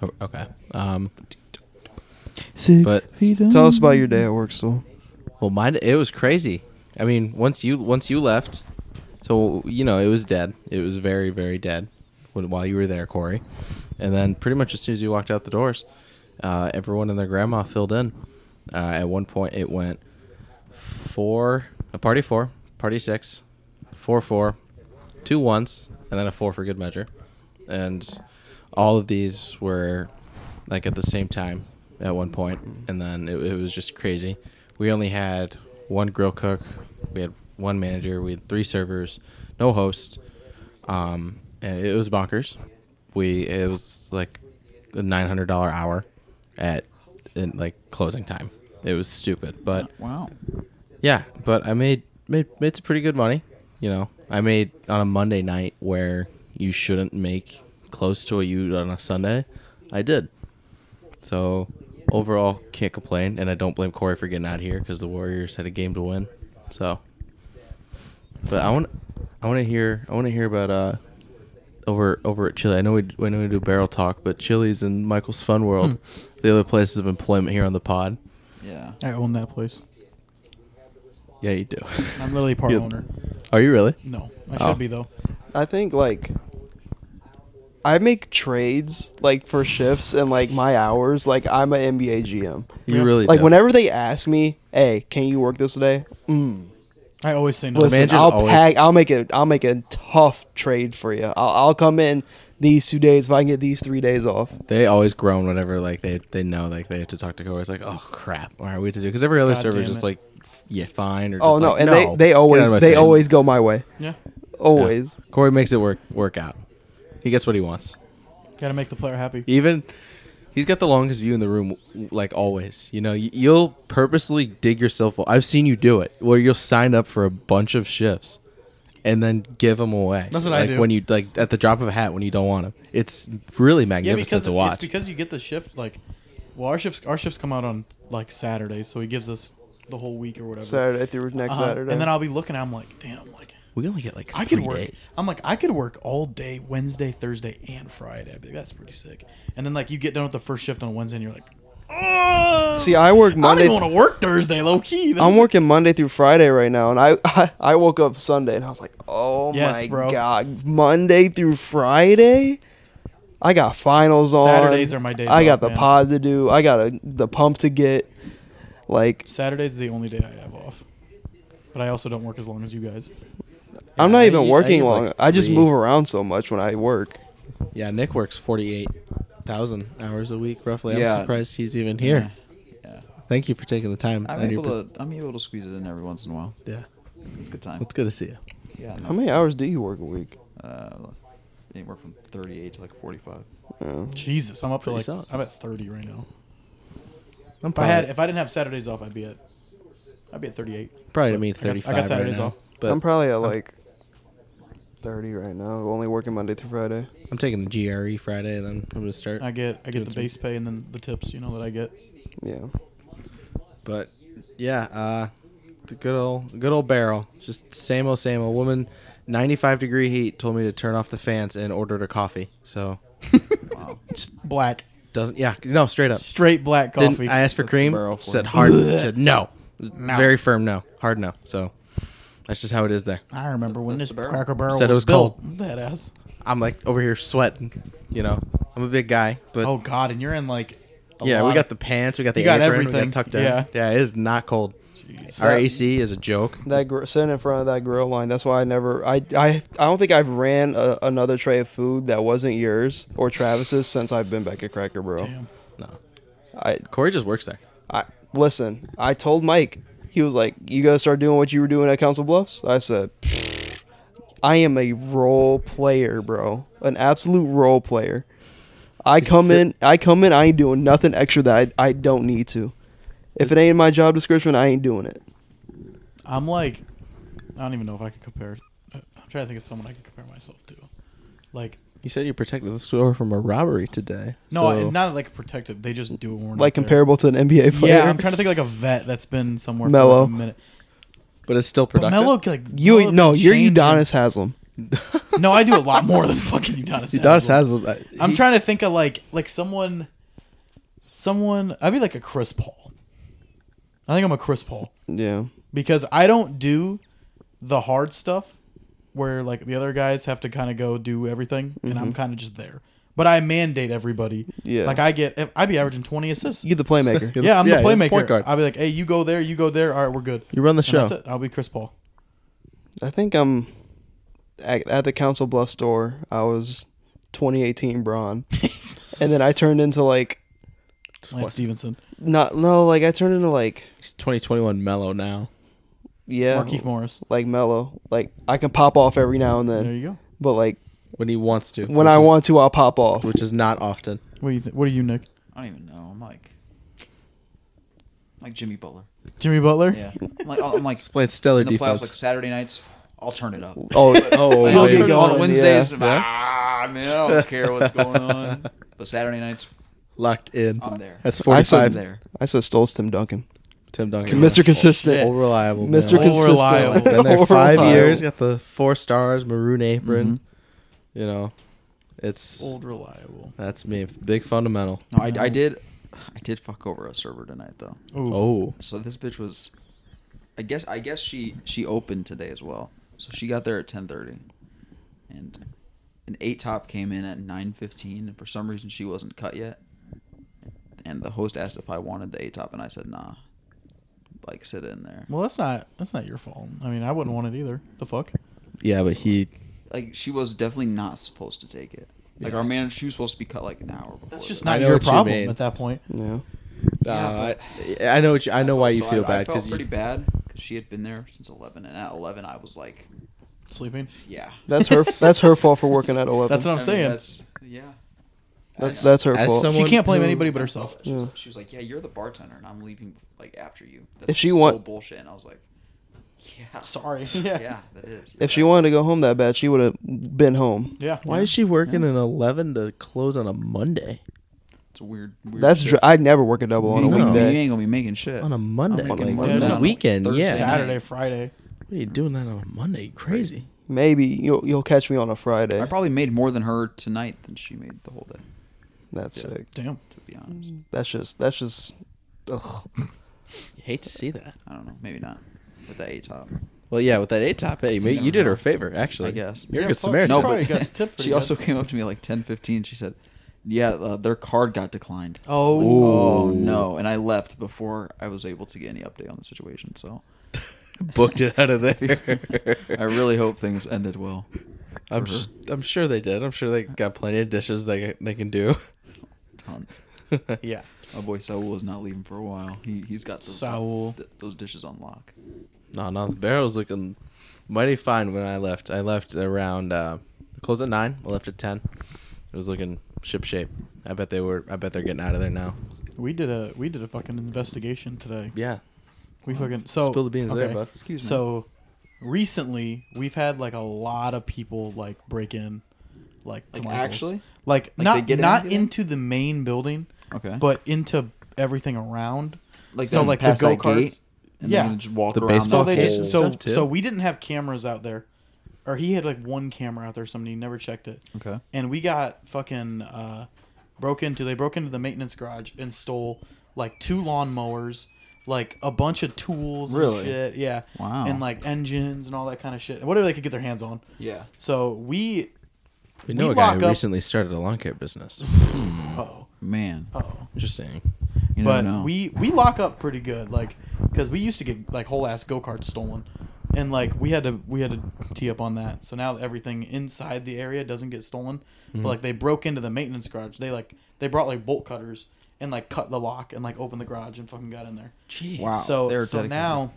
Oh, Okay. Um, Six But- feet Tell us under. about your day at work, still. well, mine it was crazy. I mean, once you once you left, so you know it was dead. It was very very dead when, while you were there, Corey. And then pretty much as soon as you walked out the doors, uh, everyone and their grandma filled in. Uh, at one point, it went four, a party four, party six, four four, two ones, and then a four for good measure. And all of these were like at the same time at one point, and then it, it was just crazy. We only had one grill cook, we had one manager, we had three servers, no host, um, and it was bonkers. We it was like a nine hundred dollar hour at in like closing time. It was stupid, but Wow. yeah, but I made made made some pretty good money. You know, I made on a Monday night where you shouldn't make close to what you on a Sunday. I did. So overall, can't complain, and I don't blame Corey for getting out here because the Warriors had a game to win. So, but I want I want to hear I want to hear about uh over over at Chili. I know we we know we do barrel talk, but Chili's and Michael's Fun World, the other places of employment here on the pod. Yeah. I own that place. Yeah, you do. I'm literally part Yeah. owner. Are you really? No, I Oh. should be though. I think like I make trades like for shifts and like my hours. Like I'm an NBA GM. You Yeah. really Like do. whenever they ask me, "Hey, can you work this today?" Mm. I always say no. Listen, manager's I'll always- pack. I'll make a. I'll make a tough trade for you. I'll, I'll come in these two days if I can get these three days off. They always groan whenever like they they know like they have to talk to Corey. It's like, oh crap, what are we to do? Because every other God server is damn just it. like, yeah, fine. Or just Oh no, like, and "No, they they get out of always my they face." always go my way. yeah. Yeah. Always. Corey makes it work work out. He gets what he wants. Gotta make the player happy. Even he's got the longest view in the room, like always. You know, y- you'll purposely dig yourself. I've seen you do it, where you'll sign up for a bunch of shifts, and then give them away. That's what I like do. When you like at the drop of a hat when you don't want them, it's really Yeah, magnificent because to watch. it's because you get the shift like well our shifts our shifts come out on like Saturday, so he gives us the whole week or whatever. Saturday through next Uh-huh. Saturday. And then I'll be looking at him like, damn, like we only get like I three could work. days. I'm like, I could work all day Wednesday, Thursday, and Friday. I'd be like, That's pretty sick. And then like you get done with the first shift on Wednesday, and you're like, oh, See, I work Monday. I don't even want to work Thursday, low key. This I'm is- working Monday through Friday right now, and I I, I woke up Sunday and I was like, oh Yes, my bro. god, Monday through Friday, I got finals on. Saturdays are my days I got off, the man. pod to do. I got a, the pump to get. Like Saturday's the only day I have off. But I also don't work as long as you guys. I'm Yeah, not I even get- I working get, like, long. I just three. move around so much when I work. Yeah, Nick works 48,000 hours a week, roughly. Yeah. I'm surprised he's even here. Thank you for taking the time. I'm 90%. able to. I'm able to squeeze it in every once in a while. yeah, It's a good time. it's good to see you. Yeah. How No, many hours do you work a week? uh, anywhere from 38 to like 45. Yeah. Jesus, I'm up to Pretty like solid. I'm at 30 right now. I'm If I had if I didn't have Saturdays off, I'd be at I'd be at 38. probably to mean I got- I got 35 Saturdays right now, off. But I'm, I'm probably at like 30 right now. Only working Monday through Friday. taking the GRE Friday, and then I'm going to start. I get I get the base pay and then the tips, you know that I get. Yeah. But yeah, uh, the good old good old barrel, just same old same old. Woman, 95 degree heat, told me to turn off the fans and ordered a coffee. So Black, doesn't yeah no straight up. straight black Didn't- coffee. I asked for cream. barrel for Said hard. said no. Very firm no. Hard no. So that's just how it is there. I remember when That's this the barrel. Cracker Barrel Said it was, was built. That ass. I'm like over here sweating. You know, I'm a big guy, but Oh God, and you're in like. A yeah, we lot got the of- pants, we got the You got apron, we everything. got tucked in. Yeah. Yeah. it is not cold. Jeez. Our Yeah. AC is a joke. that gr- sitting in front of that grill line. That's why I never. I I, I don't think I've ran a, another tray of food that wasn't yours or Travis's since I've been back at Cracker Barrel. Damn. No, I Corey just works there. I listen. I told Mike. He was like, "You gotta start doing what you were doing at Council Bluffs." I said, "Pfft, "I am a role player, bro. An absolute role player." I come it- in. I come in. I ain't doing nothing extra that I, I don't need to. If it ain't in my job description, I ain't doing it. I'm like, I don't even know if I could compare. I'm trying to think of someone I could compare myself to. Like, You said you protected the store from a robbery today. no, I- not like protective. They just do it. when we're Like not there. comparable to an NBA player. Yeah, I'm trying to think of, like a vet that's been somewhere Mello. for like a minute. but it's still But productive. Mello, like You Melo no, you're changed and- Udonis Haslam. No, I do a lot more than fucking Udonis. Udonis Haslam. Haslam. uh, I'm he- trying to think of like like someone, someone. I'd be like a Chris Paul. I think I'm a Chris Paul Yeah. because I don't do the hard stuff where like the other guys have to kind of go do everything, and I'm kind of just there. But I mandate everybody. Yeah. Like I get, if- I'd be averaging 20 assists. You get the playmaker. yeah, I'm yeah, the you're playmaker. point guard. I'll be like, hey, you go there, you go there. All right, we're good. You run the And show. That's it. I'll be Chris Paul. I think I'm at, at the Council Bluffs store. I was 2018 Braun, and then I turned into like Lance Stevenson, not no like I turned into like He's 2021 mellow now. yeah Markeith Morris. like mellow. Like I can pop off every now and There then, you go. but like When he wants to. when which I is- want to, I'll pop off. Which is not often. What do you? Th- what are you, Nick? I don't even know. I'm like, like Jimmy Butler. Jimmy Butler. Yeah, I'm like, I'm like Playing stellar in the defense. playoffs, like Saturday nights. I'll turn it up. Oh, Oh, You'll I'll baby. get turn it on going, Wednesdays. yeah. I'm, Ah, man, I don't care what's going on. But Saturday nights, Locked in. I'm there. That's I 45. said- I'm there. I said Stolz Tim Duncan, Tim Duncan. Mr. Consistent, All reliable. man. Mr. All Consistent. reliable. Been there All five reliable. years. Got the four stars, maroon apron. You know, it's Old reliable. that's me. Big fundamental. No, I, I did, I did fuck over a server tonight though. Ooh. Oh, So this bitch was, I guess I guess she she opened today as well. So she got there at ten thirty, and an eight top came in at nine fifteen, and for some reason she wasn't cut yet. And the host asked if I wanted the eight top, and I said nah. Like sit in there. Well, that's not that's not your fault. I mean, I wouldn't want it either. The fuck. yeah, but he. Like she was definitely not supposed to take it. Like our manager, she was supposed to be cut like an hour before. That's just this. I not know your what you problem mean. at that point. Yeah. Uh, Yeah, I, I know. What you, I know why you So feel I, I bad felt because pretty you. bad because she had been there since eleven, and at eleven I was like, Sleeping. yeah. That's her. That's her fault for working at eleven. That's what I I'm mean, saying. that's yeah. That's that's her As fault. someone She can't blame who- anybody but herself. She- Yeah. She was like, "Yeah, you're the bartender, and I'm leaving like after you." That's If she so want- bullshit, and I was like, "Yeah, Sorry. yeah, Yeah. that is." If she wanted to go home that bad, she would have been home. Yeah. Why is she working an eleven to close on a Monday? it's a weird. weird That's shit. dr- I'd never work a double on a You ain't gonna- You weekday. ain't gonna be making shit On a Monday, I'm like, making on on a a weekend, yeah. Thursday. Saturday, Friday. What are you doing that on a Monday? You Crazy. Maybe you'll you'll catch me on a Friday. I probably made more than her tonight than she made the whole day. That's Yeah. sick. Damn. To be honest, That's just that's just. Ugh. You hate to see that. I don't know. Maybe not. With the A top, Well, yeah, with that eight top, hey, mate, you did her a favor, actually. I guess. You're Yeah, a good fuck, Samaritan. she No, probably but got tipped pretty she also good. came up to me like ten fifteen. She said, "Yeah, uh, their card got declined." Oh. Oh no! And I left before I was able to get any update on the situation. So booked it out of I really hope things ended well. I'm for her. s- I'm sure they did. I'm sure they got plenty of dishes they they can do. Tons. yeah. My boy Saul is not leaving for a while. He he's got those Saul. th- those dishes on lock. No, no, the barrel was looking mighty fine when I left. I left around uh closed at nine. I left at ten. It was looking ship shape. I bet they were. I bet they're getting out of there now. We did a we did a fucking investigation today. Yeah. We fucking so Spill the beans there, okay. bud. Excuse me. So recently we've had like a lot of people like break in like to Like, my uncle's. actually? like, they not get in not and get in? into the main building okay, but into everything around like so, then like, the past that go-karts? gate, and Yeah. yeah, then just walk The around. baseball So the they Cool. just so Stuff, too. so we didn't have cameras out there, or he had like one camera out there. Somebody never checked it, okay. and we got fucking uh, broke into. They broke into the maintenance garage and stole like two lawnmowers, like a bunch of tools, Really? and shit, yeah, Wow. and like engines and all that kind of shit, whatever they could get their hands on. Yeah. So we, We know We a guy walk who up- recently started a lawn care business. oh, Man, oh, Interesting. you but never know. we we lock up pretty good like because we used to get like whole ass go-karts stolen and like we had to we had to tee up on that so now everything inside the area doesn't get stolen Mm-hmm. but like they broke into the maintenance garage they like they brought like bolt cutters and like cut the lock and like opened the garage and fucking got in there Jeez. Wow. so they're so dedicated. now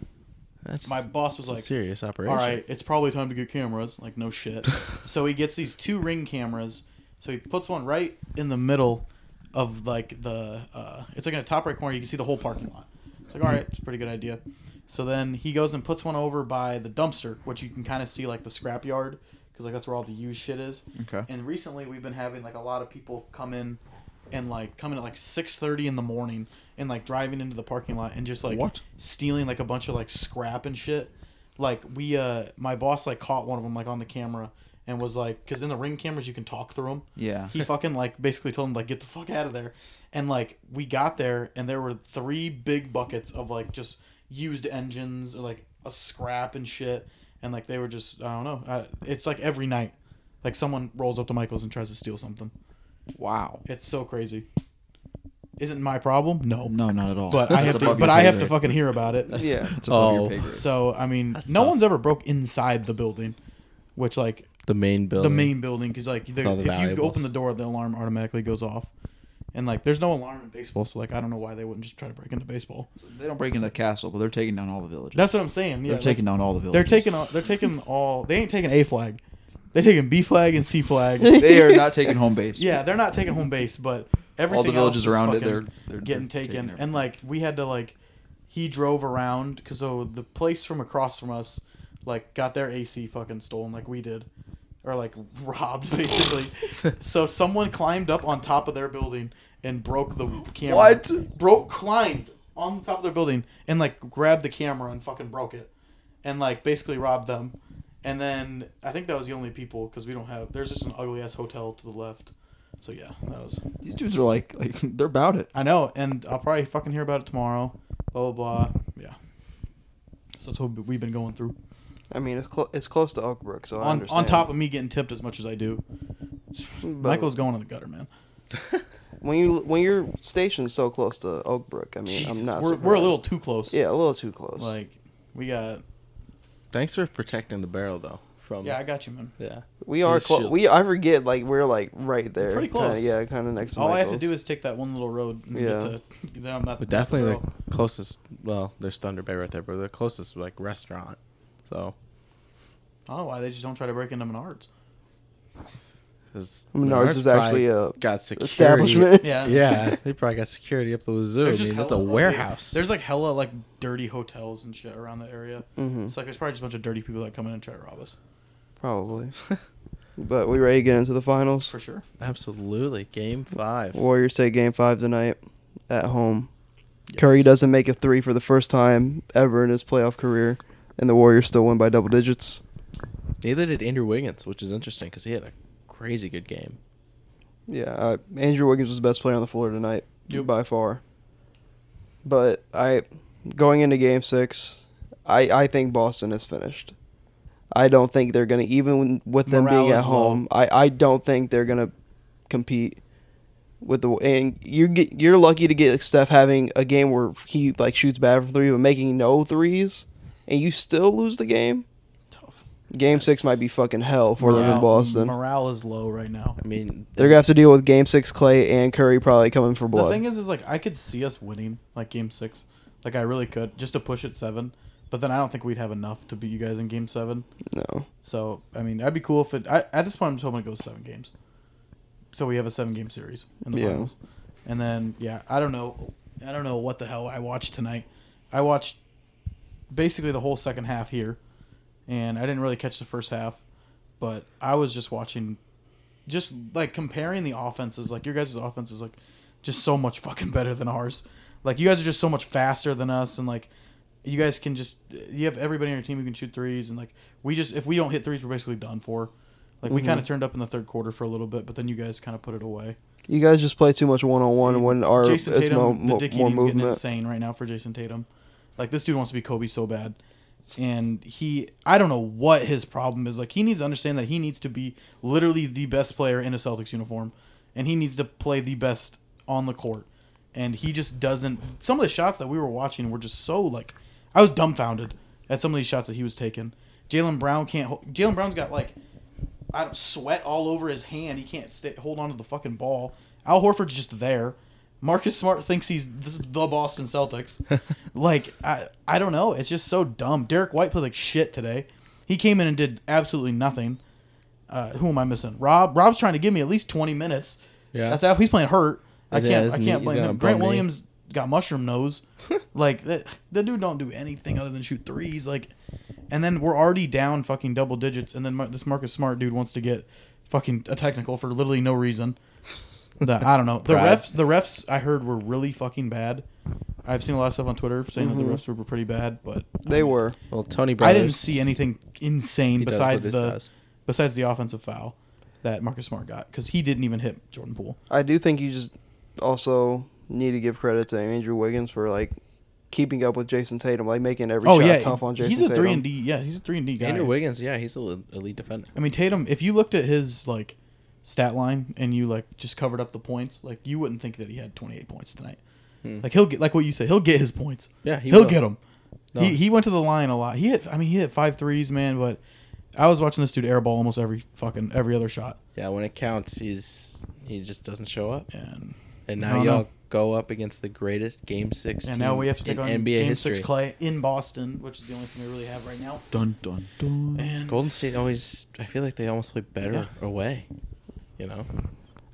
That's my boss was a like serious operation. all right, it's probably time to get cameras. Like, no shit. so he gets these two ring cameras. So he puts one right in the middle of like the. Uh, it's like in the top right corner. You can see the whole parking lot. It's like, all right, it's a pretty good idea. So then he goes and puts one over by the dumpster, which you can kind of see like the scrap yard, because like that's where all the used shit is. Okay. And recently we've been having like a lot of people come in and like come in at like 6:30 in the morning and like driving into the parking lot and just like What? stealing like a bunch of like scrap and shit. Like we uh my boss like caught one of them like on the camera and was like, because in the ring cameras you can talk through them. Yeah. He fucking like basically told him like get the fuck out of there, and like we got there and there were three big buckets of like just used engines or like a scrap and shit, and like they were just I don't know. I, it's like every night, like someone rolls up to Michaels and tries to steal something. Wow. It's so crazy. Isn't my problem? No. No, not at all. But I That's have to. above your But I pay have to grade. fucking hear about it. Yeah. It's above Oh. your pay grade. So I mean, no tough. one's ever broke inside the building, which like The main building. the main building because like there- all the if you valuables. open the door, the alarm automatically goes off, and like there's no alarm in baseball, so like I don't know why they wouldn't just try to break into baseball. They don't break into the castle, but they're taking down all the villages. That's what I'm saying. Yeah, they're like, taking down all the they're villages. taking all, they're taking all they ain't taking A flag, they taking B flag and C flag. they are not taking home base. yeah, they're not taking home base, but everything villages else is around it, fucking they're- they're- getting they're taking taken. everything. and like we had to like he drove around because so the place from across from us like got their AC fucking stolen like we did or like robbed basically. so someone climbed up on top of their building and broke the camera. What? Broke climbed on the top of their building and like grabbed the camera and fucking broke it and like basically robbed them. And then I think that was the only people because we don't have. There's just an ugly ass hotel to the left. So yeah, that was. These dudes are like, like they're about it. I know, and I'll probably fucking hear about it tomorrow. Blah blah blah. Yeah. So that's what we've been going through. I mean, it's clo it's close to Oakbrook, so I On, understand. on top of me getting tipped as much as I do, But Michael's going in the gutter, man. when you when your station's so close to Oakbrook, I mean, Jesus, I'm not. we're, we're a surprised. little too close. Yeah, a little too close. Like we got. Thanks for protecting the barrel though. From Yeah, I got you, man. yeah. we are Little close. shield. We I forget like we're like right there. pretty Kinda- close. yeah, kind of next. to All I have to Michael's. do is take that one little road. And Yeah. Get to, then I'm not. But definitely bro. the closest. Well, there's Thunder Bay right there, but the closest like restaurant. So, I don't know why they just don't try to break into Menards. because Menards is actually a got security. establishment. Yeah. Yeah, they probably got security up the wazoo. I There's just mean, that's a hella- warehouse. There's like hella like dirty hotels and shit around the area. Mhm. It's like there's probably just a bunch of dirty people that come in and try to rob us Probably. but we ready to get into the finals. for sure. Absolutely, game five. Warriors take game five tonight at home. Yes. Curry doesn't make a three for the first time ever in his playoff career, and the Warriors still win by double digits. Neither did Andrew Wiggins, which is interesting because he had a crazy good game. Yeah, uh, Andrew Wiggins was the best player on the floor tonight Yep. by far. But I, going into Game Six, I I think Boston is finished. I don't think they're gonna even with them Morale being at is low. home. I I don't think they're gonna compete with the and you get you're lucky to get Steph having a game where he like shoots bad from three but making no threes, and you still lose the game. Tough. Game Six might be fucking hell for them in Boston. Morale is low right now. I mean, They're gonna have to deal with Game Six Clay and Curry probably coming for blood. The thing is, is like I could see us winning like game six. Like I really could just to push it seven. But then I don't think we'd have enough to beat you guys in game seven. no, So I mean, I'd be cool if it. I, at this point, I'm just hoping it goes seven games. So we have a seven game series in the Yeah. finals, and then yeah, I don't know, I don't know what the hell I watched tonight. I watched basically the whole second half here, and I didn't really catch the first half, but I was just watching, just like comparing the offenses. Like your guys' offense is like just so much fucking better than ours. Like you guys are just so much faster than us, and like you guys can just you have everybody on your team who can shoot threes and like we just if we don't hit threes we're basically done for like we kind of turned up in the third quarter for a little bit but then you guys kind of put it away you guys just play too much one on one when our jason it's tatum mo- the mo- dicky more team's getting movement. insane right now for jason tatum like this dude wants to be kobe so bad and he i don't know what his problem is like he needs to understand that he needs to be literally the best player in a celtics uniform and he needs to play the best on the court and he just doesn't some of the shots that we were watching were just so like i was dumbfounded at some of these shots that he was taking jalen brown can't hol- jalen brown's got like I don't sweat all over his hand. He can't stay, hold on to the fucking ball. Al Horford's just there. Marcus Smart thinks he's this is the Boston Celtics. like I I don't know. It's just so dumb. Derek White played like shit today. He came in and did absolutely nothing. Uh, who am I missing? Rob. Rob's trying to give me at least twenty minutes. Yeah. That's how he's playing hurt. I Yeah, can't. I isn't he- can't he's blame got a bum him. Grant knee. Williams got mushroom nose. like that, the dude don't do anything other than shoot threes. Like, and then we're already down fucking double digits, and then Mar- this Marcus Smart dude wants to get fucking a technical for literally no reason. That- I don't know. The Pride. refs, the refs, I heard were really fucking bad. I've seen a lot of stuff on Twitter saying Mm-hmm. that the refs were pretty bad, but They were. Well, Tony. I Brothers, didn't see anything insane he does what besides this the does. besides the offensive foul that Marcus Smart got because he didn't even hit Jordan Poole. I do think you just also need to give credit to Andrew Wiggins for like keeping up with Jason Tatum, like making every shot tough on Jason Oh, he's a Tatum. three and D. Yeah, he's a three and D guy. Andrew Wiggins, yeah, he's an elite defender. I mean Tatum. If you looked at his like stat line and you like just covered up the points, like you wouldn't think that he had 28 points tonight. Like he'll get like what you said, he'll get his points. Hmm. Yeah, he he will will. get them. No. He he went to the line a lot. He hit I mean he hit five threes, man. But I was watching this dude airball almost every fucking every other shot. Yeah, when it counts, he's he just doesn't show up. And And I now don't y'all know. go up against the greatest Game Six. and team now we have to take in on NBA Game history. Six Clay in Boston, which is the only thing we really have right now. Dun dun dun. And Golden State always. I feel like they almost play better away. You know.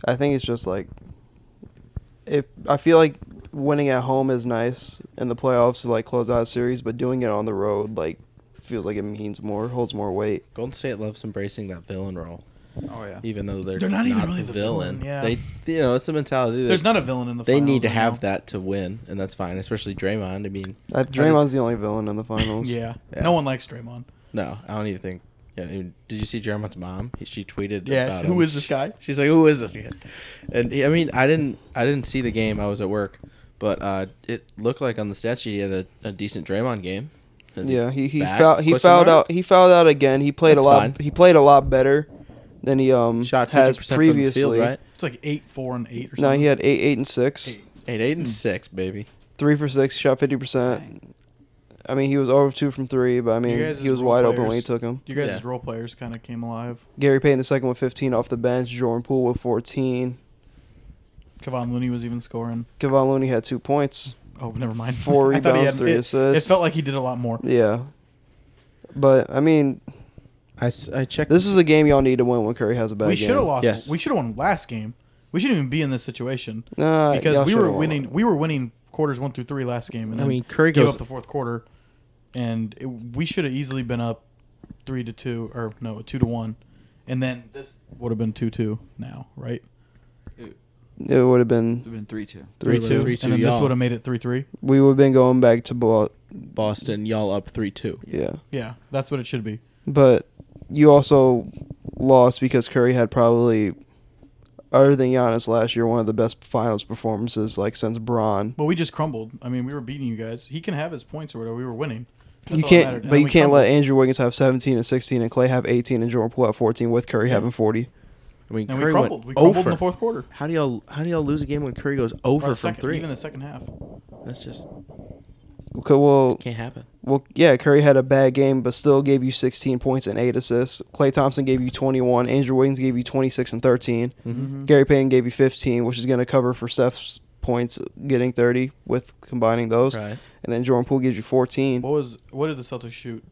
I think it's just like if I feel like winning at home is nice in the playoffs to like close out a series, but doing it on the road like feels like it means more, holds more weight. Golden State loves embracing that villain role, Oh yeah. even though they're, They're not, not even really the the villain. villain, yeah. They, you know, it's the mentality. That there's not a villain in the. They finals need to right now. have that to win, and that's fine. Especially Draymond. I mean, Uh, Draymond's the only villain in the finals. Yeah. Yeah. No one likes Draymond. no, I don't even think. Yeah, I mean, did you see Draymond's mom? He- She tweeted. Yeah, about who him. is this guy? She's like, "Who is this kid?" And he- I mean, I didn't, I didn't see the game. I was at work, but uh, it looked like on the stat sheet he had a, a decent Draymond game. Is Yeah, he he back? fouled he Question fouled mark? out he fouled out again. He played That's a lot fine. he played a lot better than he um Shot has fifty percent from the previously. field, right? It's like eight, four, and eight or something. No, he had eight, eight and six. Eight, eight, Hmm. and six, baby. Three for six, shot fifty percent. I mean he was over two from three, but I You mean guys he as was role wide open when he players- took him. You guys Yeah. as role players kind of came alive. Gary Payton the second with fifteen off the bench, Jordan Poole with fourteen. Kevon Looney was even scoring. Kevon Looney had two points. Oh, never mind. Four I thought he rebounds, three it- assists. It felt like he did a lot more. Yeah. But I mean, I, s- I checked. this is a game y'all need to win when Curry has a bad we game. should have lost. Yes. We should have won last game. We shouldn't even be in this situation Nah, y'all because we shoulda were won. winning. We were winning quarters one through three last game, and I then mean, Curry gave goes- up the fourth quarter, and it, we should have easily been up three to two or no two to one, and then this would have been two two now, right? It would have been We've been three two. three Three, two. three. and then this y'all. would have made it three three. We would have been going back to ball. Boston, y'all up three two. Yeah, Yeah, that's what it should be. but you also lost because Curry had probably, other than Giannis last year, one of the best finals performances like since Braun. Well, we just crumbled. I mean, we were beating you guys. He can have his points or whatever. We were winning. That's you all that can't, mattered. And but then you we can't crumbled. let Andrew Wiggins have 17 and 16 and Clay have 18 and Jordan Poole have 14 with Curry having 40. I mean, And we Curry crumbled. went We crumbled in over. the fourth quarter. How do y'all how do y'all lose a game when Curry goes Or over the from second- three? Even the second half. That's just Okay, well, can't happen. well, yeah, Curry had a bad game, but still gave you 16 points and eight assists. Clay Thompson gave you 21. Andrew Wiggins gave you 26 and 13. Mm-hmm. Gary Payton gave you 15, which is going to cover for Steph's points getting 30 with combining those. Right. And then Jordan Poole gives you 14. What was? What did the Celtics shoot?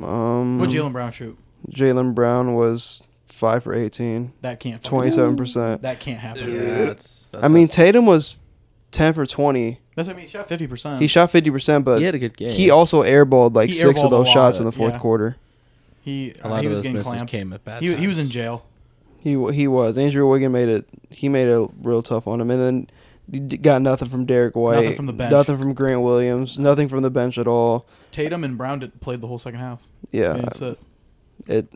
Um, What Jalen Brown shoot? Jalen Brown was 5 for 18, That can't. fucking- 27%. That can't happen. that's, that's I mean, Tatum was 10 for 20. That's. I mean, he shot fifty percent. He shot 50%, but he had a good game. he also airballed like He six airballed of a those lot shots of in the it, fourth yeah. quarter. He. a lot he of was those getting misses clamped. came at bad He, he was in times. jail. He w- he was. Andrew Wiggins made it. He made it real tough on him, and then you d- got nothing from Derek White. Nothing from the bench. Nothing from Grant Williams. Nothing from the bench at all. Tatum and Brown did, played the whole second half. Yeah, And that's it. it.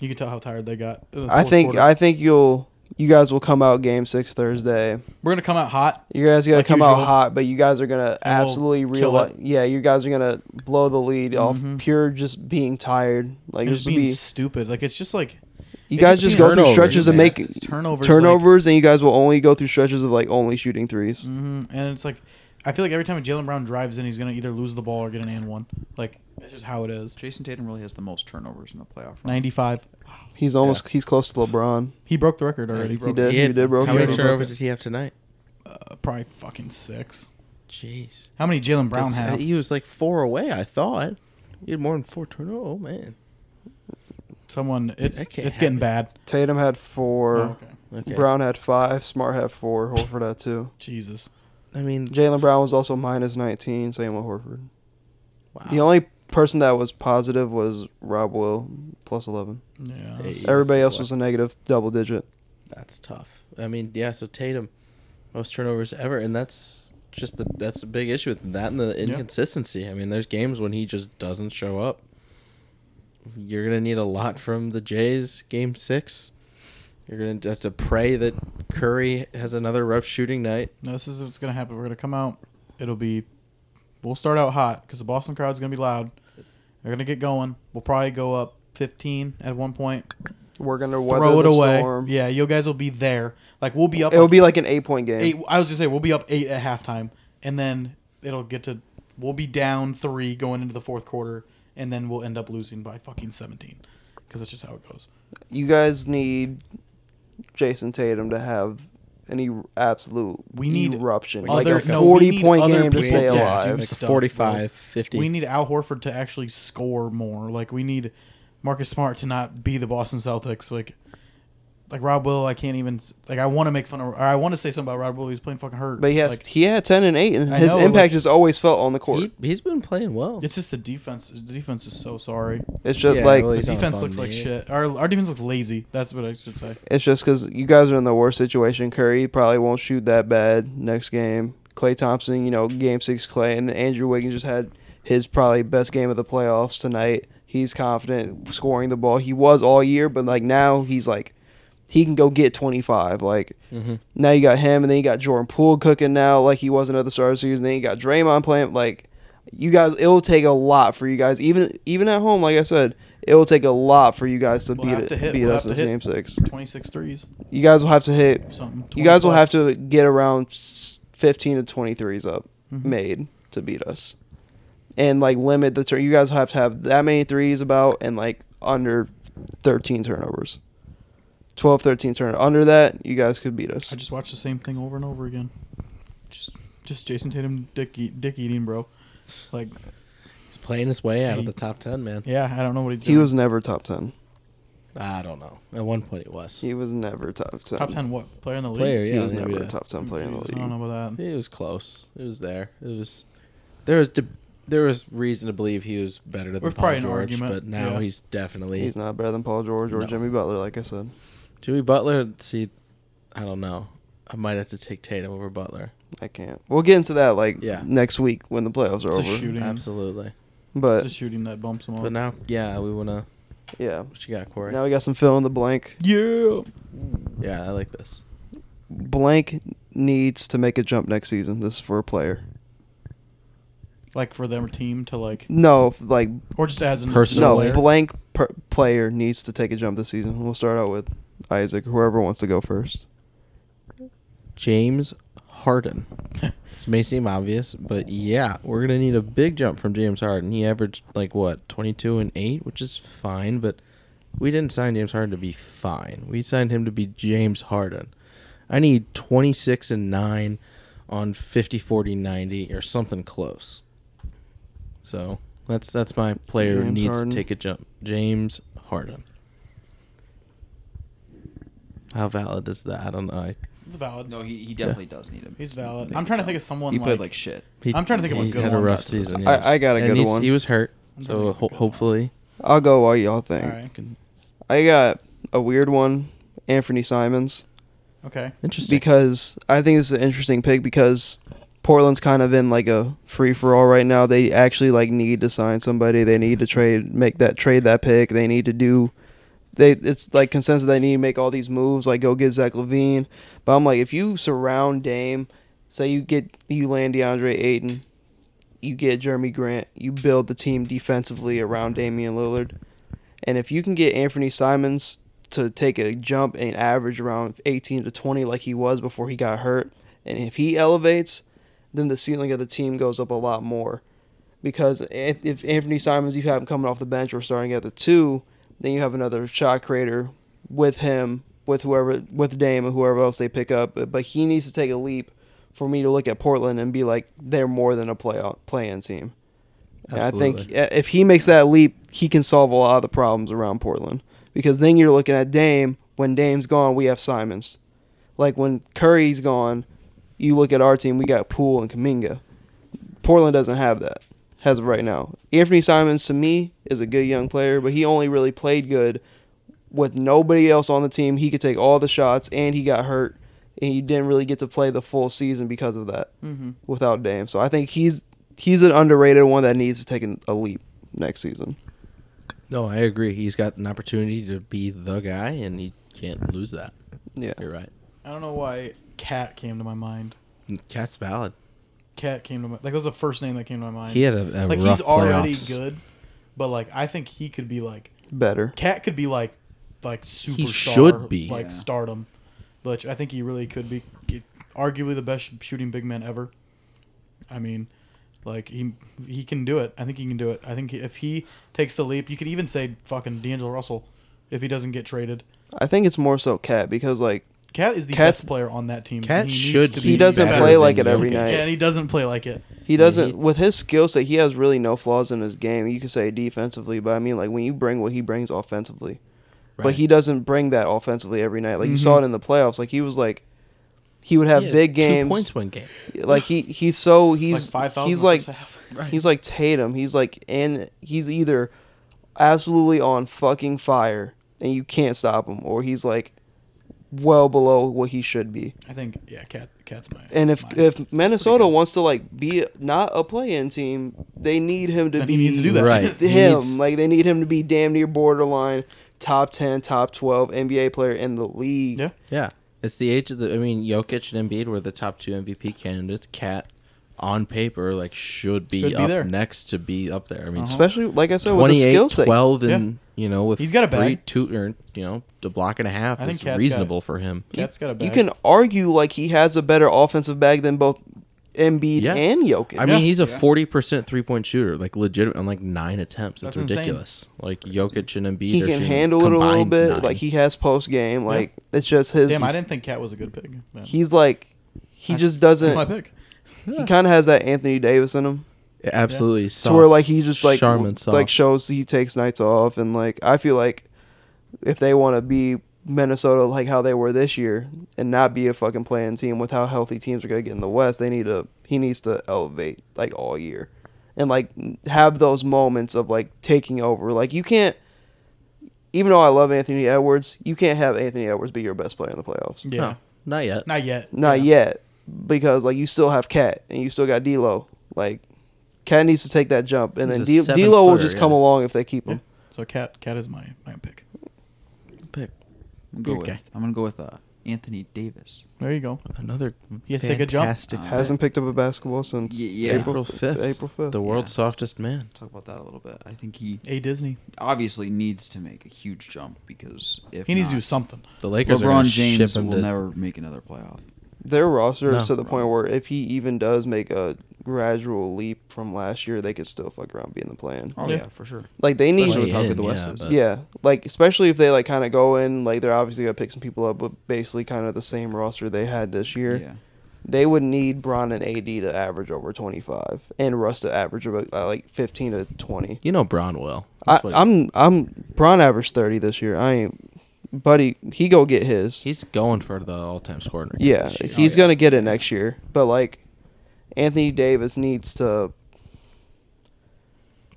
You could tell how tired they got. in the I fourth think quarter. I think you'll you guys will come out game six Thursday. we're gonna come out hot. You guys gotta Like come out usual. hot, but you guys are gonna And we'll absolutely kill realize. it. Yeah, you guys are gonna blow the lead Mhm. off pure just being tired. Like and this just would being be. stupid. Like it's just like You it's guys just, being go through turnovers, stretches of man. make It's turnovers. like- turnovers, and you guys will only go through stretches of like only shooting 3s Mhm. And it's like, I feel like every time Jalen Brown drives in, he's gonna either lose the ball or get an and one. Like that's just how it is. Jason Tatum really has the most turnovers in the playoff. Run. Ninety-five. He's almost he's close to LeBron. He broke the record already. He did. had- he did broke How it. many He broke turnovers it. did he have tonight? Uh, probably fucking six. Jeez. How many Jalen Brown This- had? He was like four away. I thought he had more than four turnovers. Oh man. Someone. It's That it's can't getting happen. bad. Tatum had four. Oh, okay. Okay. Brown had five. Smart had four. Horford had two. Jesus. I mean, Jalen Brown was also minus 19. Same with Horford. Wow. The only person that was positive was Rob Will, plus 11. Yeah. Hey. He Everybody was else was a negative double digit. That's tough. I mean, yeah. So Tatum, most turnovers ever, and that's just the that's a big issue with him, that and the inconsistency. I mean, there's games when he just doesn't show up. you're gonna need a lot from the Jays game six. You're gonna have to pray that Curry has another rough shooting night. No, this is what's gonna happen. We're gonna come out. It'll be. We'll start out hot because the Boston crowd's gonna be loud. They're gonna get going. We'll probably go up 15 at one point. We're gonna weather throw it the away. storm. Yeah, you guys will be there. Like we'll be up. It'll like, be like an eight-point game. eight. I was gonna say we'll be up eight at halftime, and then it'll get to. We'll be down three going into the fourth quarter, and then we'll end up losing by fucking 17 because that's just how it goes. You guys need Jason Tatum to have any absolute We need eruption, other- like a no, we need forty-point other game to people stay to do alive. Like stuff, 45, bro. 50. We need Al Horford to actually score more. Like we need Marcus Smart to not be the Boston Celtics. Like like Rob Will, I can't even like I want to make fun of. Or I want to say something about Rob Will. He's playing fucking hurt. But he has Like, he had ten and eight, and I his know, like- impact is always felt on the court. he, he's been playing well. it's just the defense. The defense is so sorry. it's just Yeah, like well, The He's on a defense bum looks like knee. shit. Our our defense looks lazy. That's what I should say. it's just because you guys are in the worst situation. Curry probably won't shoot that bad next game. Clay Thompson, you know, game six Clay, and Andrew Wiggins just had his probably best game of the playoffs tonight. He's confident scoring the ball. He was all year, but like now he's like he can go get twenty five. Like Mm-hmm. now you got him, and then you got Jordan Poole cooking now, like he was another the start of the season. Then you got Draymond playing. Like you guys, it will take a lot for you guys, even even at home. Like I said, it will take a lot for you guys to We'll have beat to it, hit- beat we'll us in have the to game hit. six. 26 threes, You guys will have to hit. something. You guys will 20 have plus. to get around s- fifteen to twenty threes up Mm-hmm. made to beat us, and like limit the turn. You guys will have to have that many threes about and like under thirteen turnovers. 12, 13 turn under that, you guys could beat us. I just watched the same thing over and over again. Just just Jason Tatum dick eat, dick eating, bro. Like he's playing his way out of He- the top ten, man. yeah, I don't know what he's doing. He was never top ten. I don't know. At one point, it was. He was never top ten. top 10 what player in the league. Player, He yeah, was yeah, never yeah. a top ten player in the I don't league. know about that. It was close. It was there. It was there was deb- there was reason to believe he was better than There's Paul probably an George, argument, but now yeah. he's definitely He's not better than Paul George or No. Jimmy Butler, like I said. Jimmy Butler. See, I don't know. I might have to take Tatum over Butler. I can't. We'll get into that like Yeah. next week when the playoffs are It's a over. shooting. Absolutely. It's But the shooting that bumps him But up. now, yeah, we wanna. yeah, What you got, Corey? now we got some fill in the blank. Yeah. Yeah, I like this. Blank needs to make a jump next season. This is for a player. Like for their team to like, No, like or just as an Personal as a no player. blank per- player needs to take a jump this season. We'll start out with Isaac, whoever wants to go first. James Harden. This may seem obvious, but yeah, we're gonna need a big jump from James Harden. He averaged like what twenty two and eight, which is fine, but we didn't sign James Harden to be fine. We signed him to be James Harden. I need twenty six and nine on 50 40 90 or something close. So that's that's my player James needs Harden. to take a jump. James Harden. How valid is that? I don't know. I- It's valid. No, he, he definitely does need him. He's valid. I'm trying to think of someone He like, played like shit. He- I'm trying to think of a he's good had one a rough that's- season. I- I got a And good he's- one. He was hurt, I'm trying to so think of a ho- good one. hopefully, I'll go while y'all think. All right. can- I got a weird one, Anthony Simons. Okay. interesting. because I think it's an interesting pick because Portland's kind of in like a free for all right now. They actually like need to sign somebody. They need to trade, make that trade that pick. They need to do. They it's like consensus they need to make all these moves. Like go get Zach Levine. But I'm like, if you surround Dame, say you get you land DeAndre Ayton, you get Jeremy Grant, you build the team defensively around Damian Lillard. And if you can get Anthony Simons to take a jump and average around 18 to 20 like he was before he got hurt, and if he elevates, then the ceiling of the team goes up a lot more. Because if if Anthony Simons, you have him coming off the bench or starting at the two, then you have another shot creator with him, with whoever, with Dame and whoever else they pick up. But, but he needs to take a leap for me to look at Portland and be like, they're more than a playoff play-in team. And I think Absolutely. i- if he makes that leap, he can solve a lot of the problems around Portland. Because then you're looking at Dame. When Dame's gone, we have Simons. Like when Curry's gone, you look at our team, we got Poole and Kaminga. Portland doesn't have that as of right now. Anthony Simons, to me, is a good young player, but he only really played good with nobody else on the team. He could take all the shots, and he got hurt, and he didn't really get to play the full season because of that Mm-hmm. without Dame. So I think he's he's an underrated one that needs to take an, a leap next season. No, I agree. He's got an opportunity to be the guy, and he can't lose that. Yeah. You're right. I don't know why Cat came to my mind. Cat's valid. Cat came to my like that was the first name that came to my mind. He had a, a like rough he's already playoffs. good, but like I think he could be like Better. Cat could be like like superstar. should be. like Yeah. stardom, but I think he really could be get- arguably the best shooting big man ever. I mean, like he he can do it. I think he can do it. I think if he takes the leap, you could even say fucking D'Angelo Russell if he doesn't get traded. I think it's more so Cat because like Cat is the Cat's- best player on that team. Cat needs should. to be He doesn't better play than like it every Jokic. night. Yeah, and he doesn't play like it. he Yeah, doesn't he- with his skill set he has really no flaws in his game. You could say defensively, but I mean like when you bring what he brings offensively. Right. But he doesn't bring that offensively every night. Like you saw it in the playoffs. Like he was like he would have He had big Two games. points one game. Like he he's so he's like 5,000 he's like in the first half. he's like Tatum. He's like in he's either absolutely on fucking fire and you can't stop him or he's like well below what he should be. I think yeah, Cat Cat's my And if my- if Minnesota wants to like be not a play-in team, they need him to Then be he needs to do that. Right. He him. needs- like they need him to be damn near borderline top 10, top 12 NBA player in the league. yeah. Yeah, it's the age of the. I mean, Jokic and Embiid were the top two MVP candidates. Cat, on paper, like should be, Should be up there. Uh-huh. next to be up there. I mean, Especially like I said with the skill 28, set. 12, and you know with He's got a three, bag. two, or you know a block and a half I think is Cat's got reasonable for him. Cat's got a bag. You can argue like he has a better offensive bag than both Embiid Yeah. and Jokic. I mean, Yeah. he's a Yeah. forty percent three point shooter, like legitimate on like nine attempts. It's That's what I'm saying. ridiculous. Like Jokic and Embiid, he are can shooting handle it a little combined bit. nine. Like he has post game. Like it's just his Damn, I didn't think Cat was a good pick. man. he's like he I- just That's my doesn't pick. he kind of has that Anthony Davis in him. absolutely to where like he just like Charmin w- soft. like shows he takes nights off and like I feel like if they want to be Minnesota like how they were this year and not be a fucking playing team with how healthy teams are gonna get in the West, they need to he needs to elevate like all year and like n- have those moments of like taking over. Like you can't. Even though I love Anthony Edwards, you can't have Anthony Edwards be your best player in the playoffs. Yeah, no, not yet. not yet. Not Yeah. yet, because like you still have Cat and you still got D'Lo. Like Cat needs to take that jump, and He's then a D- seven D'Lo will footer, just come yeah. along if they keep him. So Cat Cat is my my pick. Pick I'm gonna go Okay. with, I'm gonna go with uh, Anthony Davis. There you go. another Yes, take a jump. fantastic. Uh, pick. Hasn't picked up a basketball since Y- yeah. April fifth. April fifth. The world's Yeah. softest man. Talk about that a little bit. I think he A Disney. obviously needs to make a huge jump because if He needs to not, do something. The Lakers are LeBron gonna ship James him will to- never make another playoff. Their roster No. is to the point where if he even does make a gradual leap from last year, they could still fuck around being the plan. Oh Yeah. yeah, for sure. Like they need. Especially with how in, good the West yeah, is. but- Yeah, like especially if they like kind of go in, like they're obviously gonna pick some people up, but basically kind of the same roster they had this year. Yeah. they would need Bron and AD to average over 25 and Russ to average about uh, like 15 to 20. You know Braun will. I, That's what- I'm I'm Bron averaged 30 this year. I ain't buddy. He go get his. he's going for the all-time scoring. record yeah, this year. he's Oh, yeah. gonna get it next year. But like Anthony Davis needs to.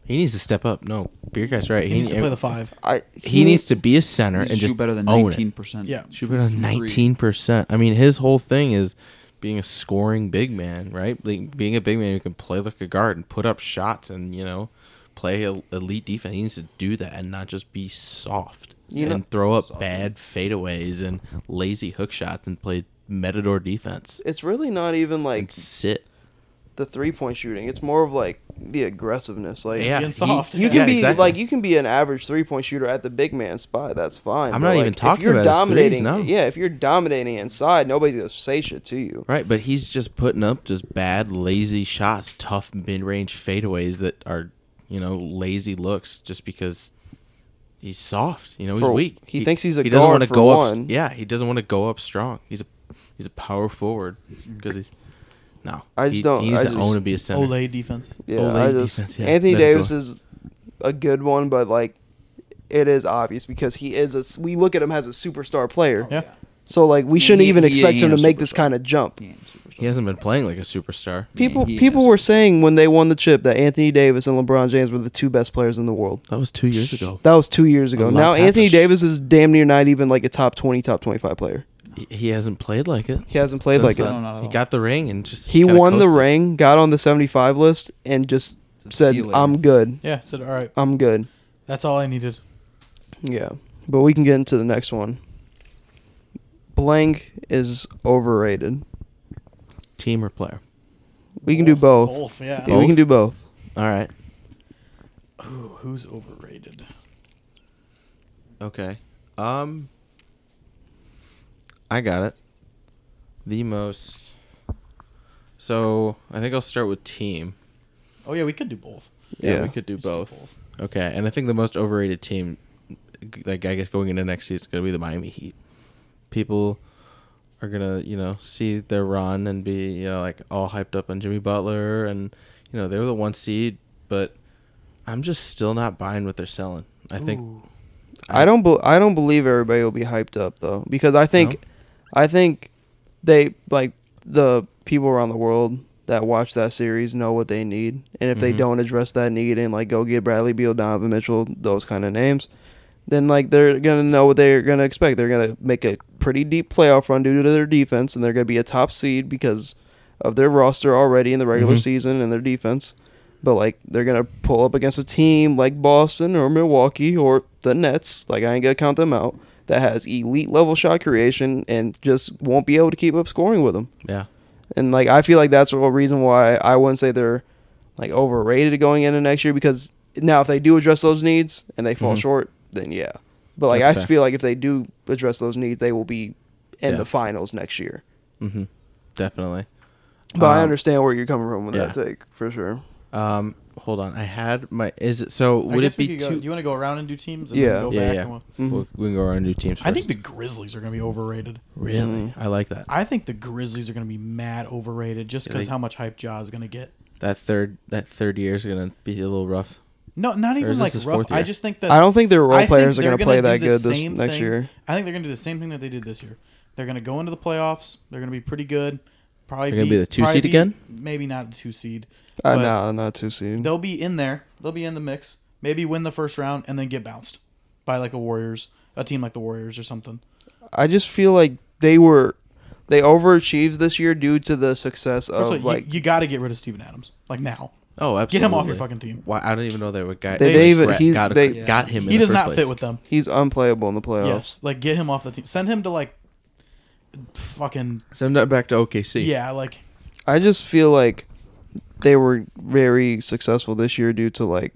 He needs to step up. No, beer guy's right. He, needs to play the five. I he needs to be a center He and shoot just better than own nineteen it. percent. Yeah. Shoot better than nineteen percent. I mean, his whole thing is being a scoring big man, right? Like, being a big man who can play like a guard and put up shots and you know play el- elite defense. He needs to do that and not just be soft You know- and throw up bad fadeaways and lazy hook shots and play matador defense It's really not even and like sit. the three point shooting. It's more of like the aggressiveness. Like Yeah, being he- soft. You Yeah, can be exactly. like you can be an average three point shooter at the big man spot. That's fine. I'm but, not like, even talking if you're about his threes, dominating. no. Yeah, if you're dominating inside, nobody's gonna say shit to you. Right, but he's just putting up just bad, lazy shots, tough mid-range fadeaways that are, you know, lazy looks, just because he's soft. You know, he's For- weak. he thinks he's a he doesn't guard wanna for go one. Up, yeah, he doesn't want to go up strong. He's a he's a power forward because he's no. I just he, don't- He needs I to just- own and be a center. Olay defense. Yeah, Ole I just defense, yeah. Anthony Let it Davis go. is a good one, but like it is obvious because he is a. We look at him as a superstar player. Yeah. So like we shouldn't he- even he expect ain't him a to make this superstar. kind of jump. He ain't a superstar. He hasn't been playing like a superstar. People he people is. were saying when they won the chip that Anthony Davis and LeBron James were the two best players in the world. That was two years ago. That was two years ago. Oh. lot Now happened. Anthony Davis is damn near not even like a top twenty, top twenty five player. He, he hasn't played like it. He hasn't played since like then. it. No, not at He all. got the ring and just He kinda won the coasted. ring, got on the 75 list, and just Said, said, "See you later." I'm good. Yeah. Said all right. I'm good. That's all I needed. Yeah, but we can get into the next one. Blank is overrated. Team or player? We can do both. Both, yeah. Yeah, we can do both. All right. Ooh, who's overrated? Okay. Um I got it. The most So, I think I'll start with team. Oh yeah, we could do both. Yeah, Yeah. we could do Just do both. both. Okay, and I think the most overrated team like I guess going into next season is going to be the Miami Heat. People are going to, you know, see their run and be, you know, like all hyped up on Jimmy Butler and you know, they were the one seed, but I'm just still not buying what they're selling. I think Ooh. I don't. bel I don't believe everybody will be hyped up though, because I think, No? I think, they like the people around the world that watch that series know what they need, and if they Mhm. don't address that need and like go get Bradley Beal, Donovan Mitchell, those kind of names, then like they're gonna know what they're gonna expect. They're gonna make a pretty deep playoff run due to their defense, and they're gonna be a top seed because of their roster already in the regular Mhm. season and their defense. But like they're gonna pull up against a team like Boston or Milwaukee or the Nets, like I ain't gonna count them out, that has elite level shot creation and just won't be able to keep up scoring with them. yeah. And like I feel like that's the reason why I wouldn't say they're like overrated going into next year because now if they do address those needs and they fall Mhm. short, then yeah. But like That's I just fair. feel like if they do address those needs, they will be in Yeah. the finals next year. Mhm. Definitely. But I Um, understand where you're coming from with that yeah. take for sure. Um, hold on. I had my. Is it so? I Would guess it we be could go- two? you want to go around and do teams? And Yeah. Then go yeah, back yeah. And we'll- Mhm. We'll- we can go around and do teams. First. I think the Mm-hmm. Grizzlies are going to be overrated. really. I like that. I think the Grizzlies are going to be mad overrated just Yeah, because they- how much hype Ja is going to get. That third that third year is gonna be a little rough. No, not even is this like his rough. fourth I year? just think that I don't think their role I think players are they're going to play gonna that do the good this same next thing- year. I think they're going to do the same thing that they did this year. They're going to go into the playoffs. They're going to be pretty good. Probably They're gonna be the two probably seed be- again? Maybe not the two seed. Uh, but no, not too soon. They'll be in there. They'll be in the mix. Maybe win the first round and then get bounced by like a Warriors, a team like the Warriors or something. I just feel like they were they overachieved this year due to the success First of of all, Oh, like you, you got to get rid of Steven Adams like now. Oh, absolutely. Get him off your fucking team. Why? I don't even know they were guy. They- just they even- got- he's- got, a- they- got him. in he the does first not place. fit with them. he's unplayable in the playoffs. Yes, like get him off the team. Send him to like fucking So I'm not back to OKC. yeah, like I just feel like they were very successful this year due to like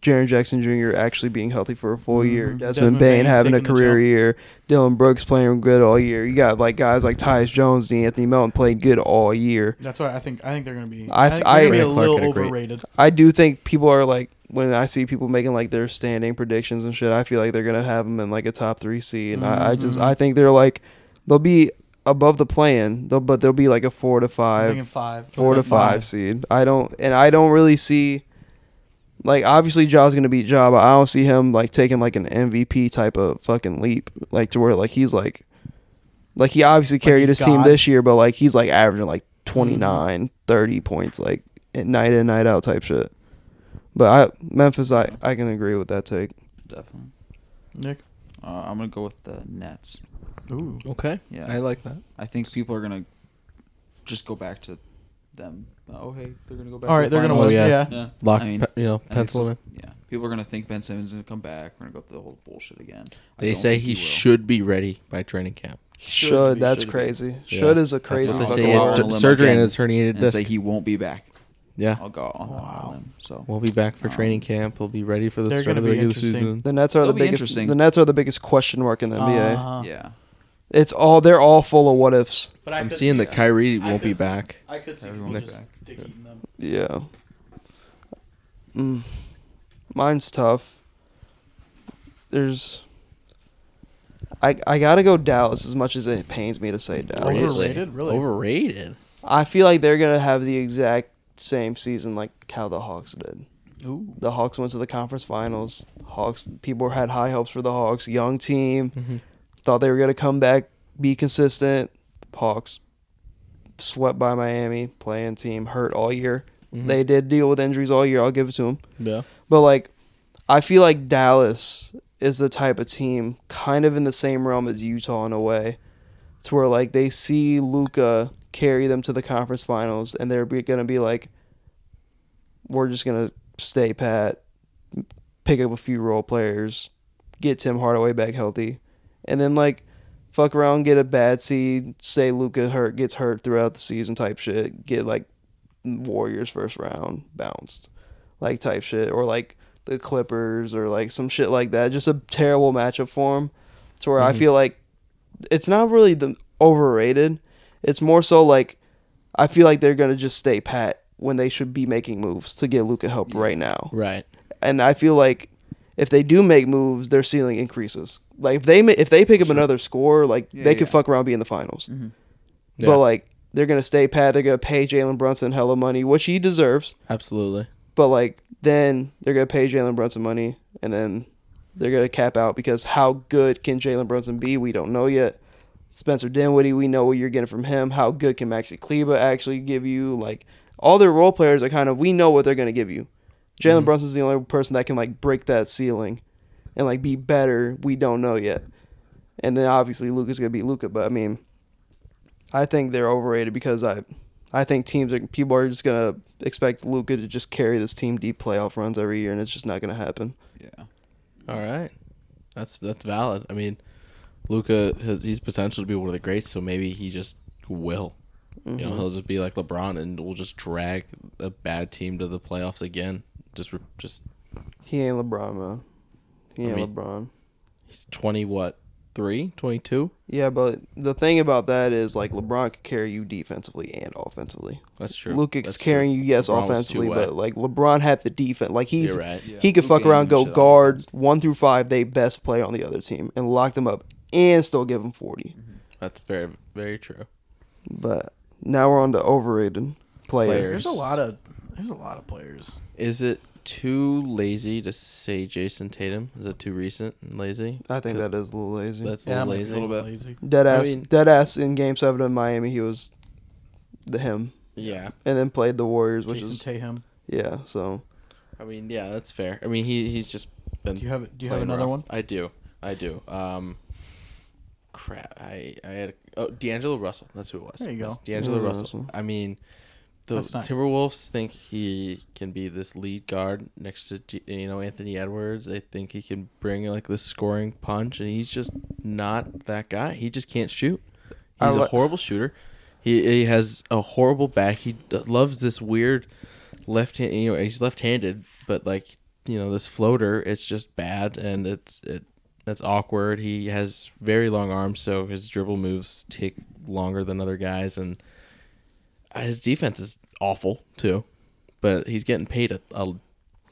Jaron Jackson Jr. actually being healthy for a full year, Mhm. Desmond, Desmond Bain, Bain having a taking the career jump. year, Dylan Brooks playing good all year. You got like guys like Tyus Jones, and Anthony Melton played good all year. that's why I think I think they're gonna be. I- I, think they're gonna I- be a Clark little had a great- overrated. I do think people are like when I see people making like their standing predictions and shit. I feel like they're gonna have them in like a top three seed. And I, I just Mhm. I think they're like they'll be above the plan, they'll, but they'll be like a four to I'm five, thinking five, four to five seed. I don't and I don't really see like obviously Jaw's gonna beat Jaw, but I don't see him like taking like an MVP type of fucking leap like to where like he's like like he obviously carried he's his team God. this year, but like he's like averaging like Mm-hmm. 29, 30 points like at night in night out type shit. But I Memphis, I I can agree with that take. Definitely. Nick, Uh, I'm gonna go with the Nets. ooh, Okay. Yeah. like that. I think people are gonna just go back to them. Oh hey, they're gonna go back. All to right, the they're gonna finals. win, Oh, yeah. yeah. Lock. I mean, pe- you know, I think it's pencil him. in. just- Yeah, people are gonna think Ben Simmons is gonna come back. We're gonna go through the whole bullshit again. I They don't say think he will. should be ready by training camp. Should, be, that's should be. crazy. Yeah. Should is a That's crazy what I'll they fucking say. go word. It, on a limb surgery again and his herniated And disc. say he won't be back. yeah. I'll go on Wow. wow. So We'll be back for Um, training camp. We'll be ready for the They're start of gonna the be regular interesting. season. The Nets are the That'll be biggest. interesting. Uh-huh. The Nets are the biggest question mark in the NBA. Uh, yeah, It's all they're all full of what ifs. But I I'm could seeing see that Kyrie I won't could be s- back. I could see Everyone people get just back. dick eating them. Yeah. Mm. Mine's tough. There's. I I gotta go Dallas as much as it pains me to say Dallas. Really? Overrated? Really? Overrated. I feel like they're gonna have the exact same season like how the Hawks did. Ooh, The Hawks went to the conference finals. Hawks people had high hopes for the Hawks. Young Mm-hmm. team, Mm-hmm. thought they were gonna come back, be consistent. Hawks swept by Miami, playing team hurt all year. They did deal with injuries all year. I'll give it to them. Yeah. But like, I feel like Dallas is the type of team, kind of in the same realm as Utah in a way, to where like they see Luca carry them to the conference finals, and they're be- gonna be like, we're just gonna stay pat, pick up a few role players, get Tim Hardaway back healthy, and then like fuck around, get a bad seed, say Luca hurt gets hurt throughout the season type shit, get like Warriors first round bounced, like type shit, or like the Clippers or like some shit like that. Just a terrible matchup for him, to where I feel like it's not really the overrated. It's more so like I feel like they're gonna just stay pat when they should be making moves to get Luca help right now Right. and I feel like if they do make moves, their ceiling increases. Like if they ma- if they pick up another score, like they could yeah. Mm-hmm. fuck around and be in the finals. Yeah. But like they're gonna stay pat. They're gonna pay Jalen Brunson hella money, which he deserves. Absolutely. But like then they're gonna pay Jalen Brunson money, and then they're gonna cap out because how good can Jalen Brunson be? We don't know yet. Spencer Dinwiddie, we know what you're getting from him. How good can Maxi Kleba actually give you? Like all their role players are kind of we know what they're gonna give you. Jalen Brunson's the only person that can like break that ceiling and like be better. We don't know yet. And then obviously Luca's gonna be Luca, but I mean, I think they're overrated because I, I think teams are people are just gonna expect Luca to just carry this team deep playoff runs every year, and it's just not gonna happen. Yeah. All right. That's that's valid. I mean, Luca has he's potential to be one of the greats, so maybe he just will. You Mm-hmm. know, he'll just be like LeBron and will just drag a bad team to the playoffs again. Just re- just He ain't LeBron, man. He ain't mean- LeBron. he's 20 what? 3, 22? Yeah, but the thing about that is like LeBron could carry you defensively and offensively. That's true. Luka's That's carrying true. you, yes, LeBron was too offensively, wet. but like LeBron had the defense. Like he's You're right. Yeah. he could Luka fuck ain't around, go doing shit on guard one through five, they best player on the other team, and lock them up and still give them 40 Mm-hmm. That's very very true. But now we're on to overrated player. Player. There's a lot of there's a lot of players. Is it too lazy to say Jason Tatum? Is it too recent and lazy? I think that is a little lazy. That's a Yeah, little I'm lazy. a little bit lazy. dead I ass, mean- dead ass in Game Seven in Miami. He was the him, Yeah. and then played the Warriors, which Jason is Tatum. yeah. So I mean, yeah, that's fair. I mean, he he's just been. Do you have do you have playing another rough. one? I do, I do. Um, crap, I I had oh D'Angelo Russell. That's who it was. There you It was go. D'Angelo D'Angelo Russell. Russell. I mean, the That's not- Timberwolves think he can be this lead guard next to G- you know Anthony Edwards. They think he can bring like this scoring punch, and he's just not that guy. He just can't shoot. I He's a li- horrible shooter. He, he has a horrible back. He d- loves this weird left hand. You know, he's left handed, but like you know, this floater, it's just bad, and it's it that's awkward. He has very long arms, so his dribble moves take longer than other guys, and uh, his defense is awful too. But he's getting paid a, a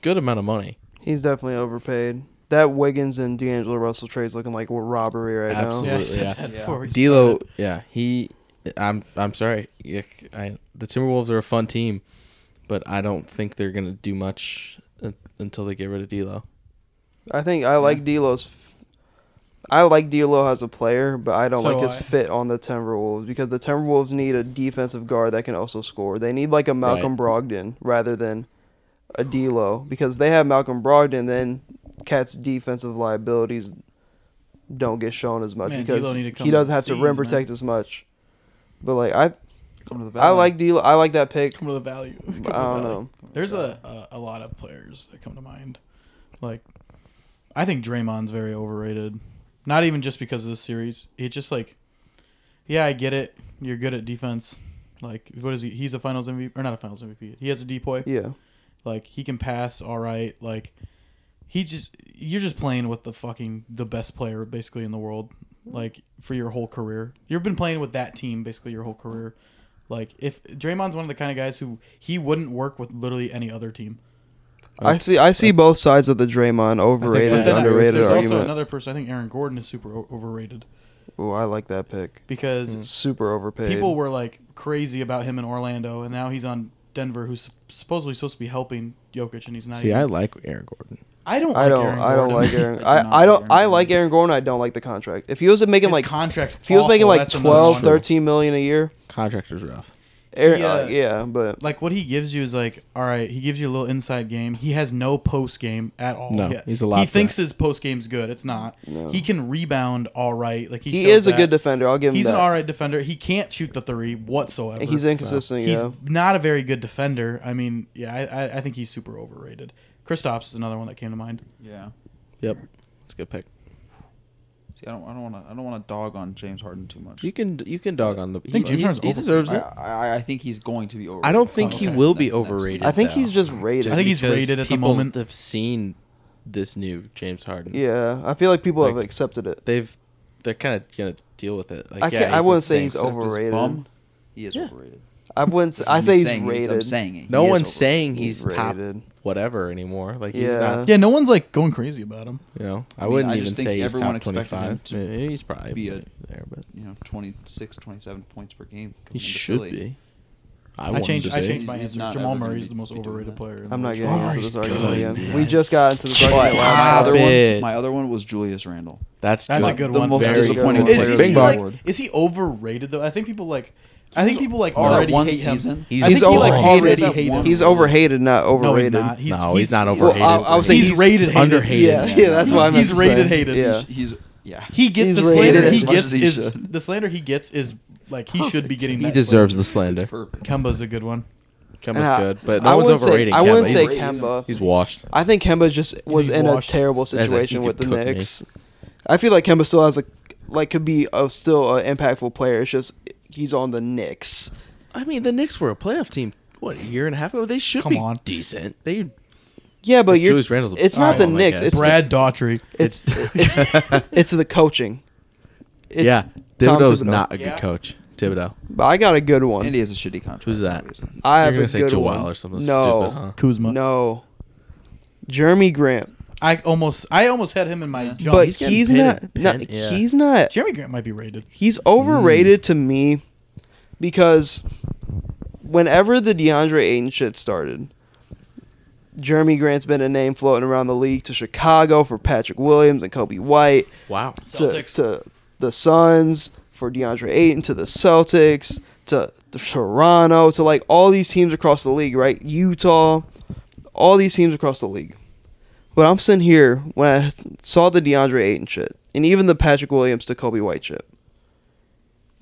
good amount of money. Oh. he's definitely overpaid. That Wiggins and D'Angelo Russell trade's looking like a robbery right Absolutely. now. Yeah, I said yeah. that before we D'Lo, started. yeah, he. I'm I'm sorry. Yuck, I, the Timberwolves are a fun team, but I don't think they're gonna do much un- until they get rid of D'Lo. I think I like D'Lo's. f- I like D'Lo as a player, but I don't So like do his I. fit on the Timberwolves because the Timberwolves need a defensive guard that can also score. They need like a Malcolm Brogdon rather than a D'Lo because if they have Malcolm Brogdon, then Cat's defensive liabilities don't get shown as much Man, because D'Lo need to come he doesn't have to overseas, rim man. protect as much. But like I, Come to the I like D'Lo. I like that pick. Come to the value. Come to But the I don't value. know. There's a, a a lot of players that come to mind. Like, I think Draymond's very overrated. Not even just because of this series. It's just like, yeah, I get it. You're good at defense. Like, what is he? He's a Finals MVP or not a Finals MVP? He has a depoy. Yeah, Like, he can pass all right. Like, he just you're just playing with the fucking the best player basically in the world. Like for your whole career, you've been playing with that team basically your whole career. Like if Draymond's one of the kind of guys who he wouldn't work with literally any other team. I see. I see both sides of the Draymond I overrated, agree with underrated There's argument. also another person. I think Aaron Gordon is super o- overrated Ooh, I like that pick. because Super overpaid. people were like crazy about him in Orlando, and now he's on Denver, who's sup- supposedly supposed to be helping Jokic, and he's not. See, even, I like Aaron Gordon. I don't. I like don't. Aaron I don't Gordon. like Aaron. I do not I, I like don't. Aaron I like Gordon. Aaron Gordon. I don't like the contract. If he was making His like, contracts. if he was awful, making like that's another 12, one. 13 million a year, Contractor's rough. Aaron, Yeah. yeah. yeah, but like what he gives you is like all right he gives you a little inside game he has no post game at all No, Yeah. he's a lot he for thinks that. his post game's good it's not he can rebound all right like he, he shows is a that. good defender. I'll give him he's an that. all right defender he can't shoot the three whatsoever He's inconsistent. he's yeah, not a very good defender i mean yeah I, I, I think he's super overrated Kristaps is another one that came to mind. Yeah. Yep. That's a good pick. See, I don't, I don't want to, I don't want to dog on James Harden too much. You can you can dog on the. I think he, James Harden's he overrated. deserves I, it. I, I think he's going to be overrated. I don't think he will be next- next overrated. season. Yeah, I think though. he's just rated. I think he's because rated at the people moment. Have seen this new James Harden. yeah, I feel like people have Like- accepted it. They've they're kind of gonna deal with it. Like, I yeah, can't. I he's wouldn't the say same he's size. Except this overrated. bum, He is Yeah. overrated. I wouldn't. Say, This I is say me he's saying it, rated. I'm saying it. No He is one's overrated. saying he's, He's top rated. whatever anymore. Like he's Yeah. not. Yeah, no one's like going crazy about him. You know, I, mean, wouldn't I just even think say he's everyone top expected him twenty-five. to Maybe He's probably be a- there, but You know, 26, 27 points per game. he coming into should Philly. be. I, I want changed. him to I be. changed my He's answer. not Jamal ever gonna Murray's be- the most be doing overrated that. player. in the I'm not league. getting into Jamar's this argument good, again. man. We just got into this But argument my last Stop other time. it. one, my other one was Julius Randle. That's That's good. a good The one. most Very disappointing good. Is, player is Bing he, in the bong. like, is he overrated though? I think people like. I think people like No. already One hate season? him. He's I think he like overrated. already That hate him. one- He's overhated, not no, he's overrated. not. He's, no, he's, not Well, overrated. I- I would say He's rated, hated. underhated. Yeah, yeah, that's what I meant. He's to rated, say. hated. Yeah. He's yeah. He gets He's the rated slander as he much gets as he is should. the slander he gets is like he should be getting. He that deserves the It's slander. perfect. slander. Kemba's a good one. Kemba's And I- good, but no I one's wouldn't say- overrating. I Kemba. wouldn't say he's, Kemba. he's washed. I think Kemba just was he's in washed. a terrible That's like, situation you with the could cook me. Knicks. I feel like Kemba still has a like could be a, still an impactful player. It's just he's on the Knicks. I mean, the Knicks were a playoff team. What a year and a half ago? They should Come be on. decent. They Yeah, but Like, you're Julius Randle's a it's not the problem, I Knicks. guess. It's the, Brad Daughtry. it's it's it's the coaching. It's yeah. Tom Thibodeau's Thibodeau. not a good Yeah. coach. Thibodeau. But I got a good one. And he has a shitty contract. Who's that? obviously. I have You're a gonna say good Joel one. or something no, stupid, huh? Kuzma. no, Jeremy Grant. I almost I almost had him in my jump. but he's he's, getting paid not. a not pen- yeah. He's not. Jeremy Grant might be rated. He's overrated to me because whenever the DeAndre Ayton shit started, Jeremy Grant's been a name floating around the league to Chicago for Patrick Williams and Kobe White, Wow. to, Celtics. to the Suns for DeAndre Ayton, to the Celtics, to, to Toronto, to like all these teams across the league, right? Utah, all these teams across the league. But I'm sitting here when I saw the DeAndre Ayton shit, and even the Patrick Williams to Kobe White shit.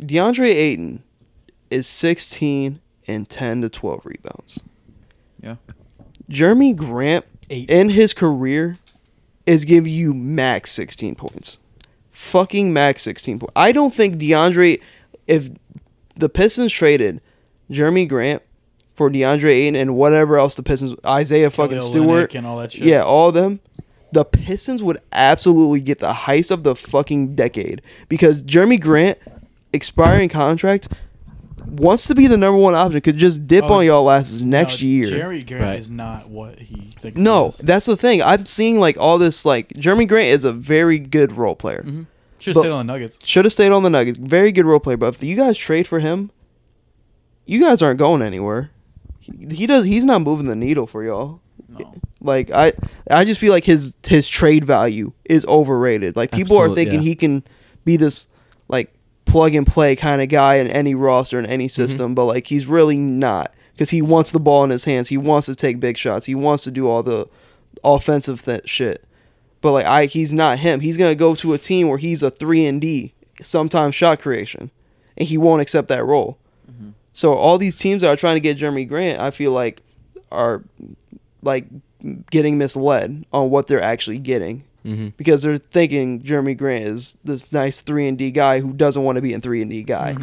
DeAndre Ayton is 16 and 10 to 12 rebounds. Yeah. Jeremy Grant Eight. in his career is giving you max 16 points. Fucking max 16 points. I don't think DeAndre, if the Pistons traded Jeremy Grant for DeAndre Ayton and whatever else the Pistons, Isaiah fucking Kelly Stewart, Olynyk and all that shit. yeah, all of them. The Pistons would absolutely get the heist of the fucking decade because Jeremy Grant, expiring contract, wants to be the number one option. Could just dip Oh, on y'all asses No, next year. Jeremy Grant Right. is not what he thinks. no, he is. that's the thing. I'm seeing like all this like Jeremy Grant is a very good role player. should but- have stayed on the Nuggets. Should have stayed on the Nuggets. Very good role player, but if you guys trade for him, you guys aren't going anywhere. He, he does. He's not moving the needle for y'all. No. Like I, I just feel like his his trade value is overrated. Like people Absolute- are thinking yeah. he can be this like plug and play kind of guy in any roster in Mm-hmm. any system, but like he's really not because he wants the ball in his hands. He wants to take big shots. He wants to do all the offensive th- shit. But like I, he's not him. He's gonna go to a team where he's a three and D, sometimes shot creation, and he won't accept that role. So all these teams that are trying to get Jeremy Grant, I feel like are like getting misled on what they're actually getting Mhm. because they're thinking Jeremy Grant is this nice three and D guy who doesn't want to be in three and D guy.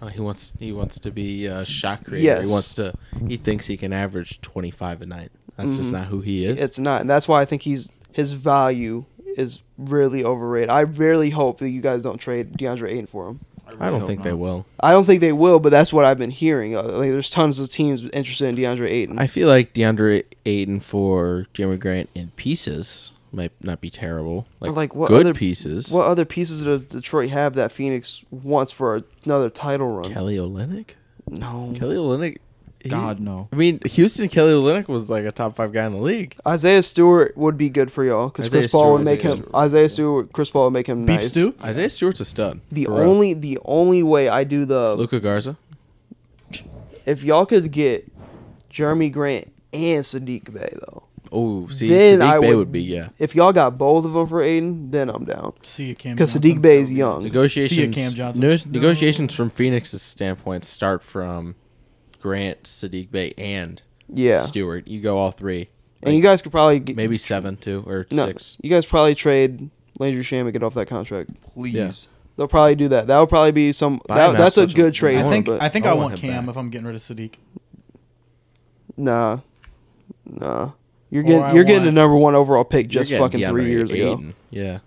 Oh, he wants he wants to be a shot creator. He Yes. wants to. He thinks he can average twenty five a night. That's just not who he is. It's not, and that's why I think he's his value is really overrated. I really hope that you guys don't trade DeAndre Ayton for him. I really don't hope think they not. will. I don't think they will, but that's what I've been hearing. Uh, Like, there's tons of teams interested in DeAndre Ayton. I feel like DeAndre Ayton for Jeremy Grant in pieces might not be terrible. Like, But, like, what good other- pieces? what other pieces does Detroit have that Phoenix wants for another title run? Kelly Olynyk. no, Kelly Olynyk. he- God no. I mean, Houston Kelly Olynyk was like a top five guy in the league. Isaiah Stewart would be good for y'all because Isaiah Chris Paul Stewart- would make Isaiah him. Stewart. Isaiah Stewart, Chris Paul would make him Beef nice. stew. Isaiah Stewart's a stud. The For real. only the only way I do the Luka Garza. if y'all could get Jeremy Grant and Sadiq Bay though. Oh, see, Then Sadiq I Bey would- would be yeah. If y'all got both of them for Aiden, then I'm down See you, Cam. because Johnson. Sadiq Bay is young. Negotiations. See ya, Cam Johnson. ne- Negotiations from Phoenix's standpoint start from Grant, Sadiq Bey, and Yeah, Stewart. You go all three, And you guys could probably get, Maybe seven too or no, six. You guys probably trade Landry Sham and get off that contract. Please. They'll probably do that. That would probably be some. Buy that- him out that's a such a- good trade. I want think him, but I think I I, want want him Cam back. if I'm getting rid of Sadiq. nah, nah. You're Or getting I you're getting the want- number one overall pick just You're getting fucking three DeAndre years ago. Ayton. Yeah.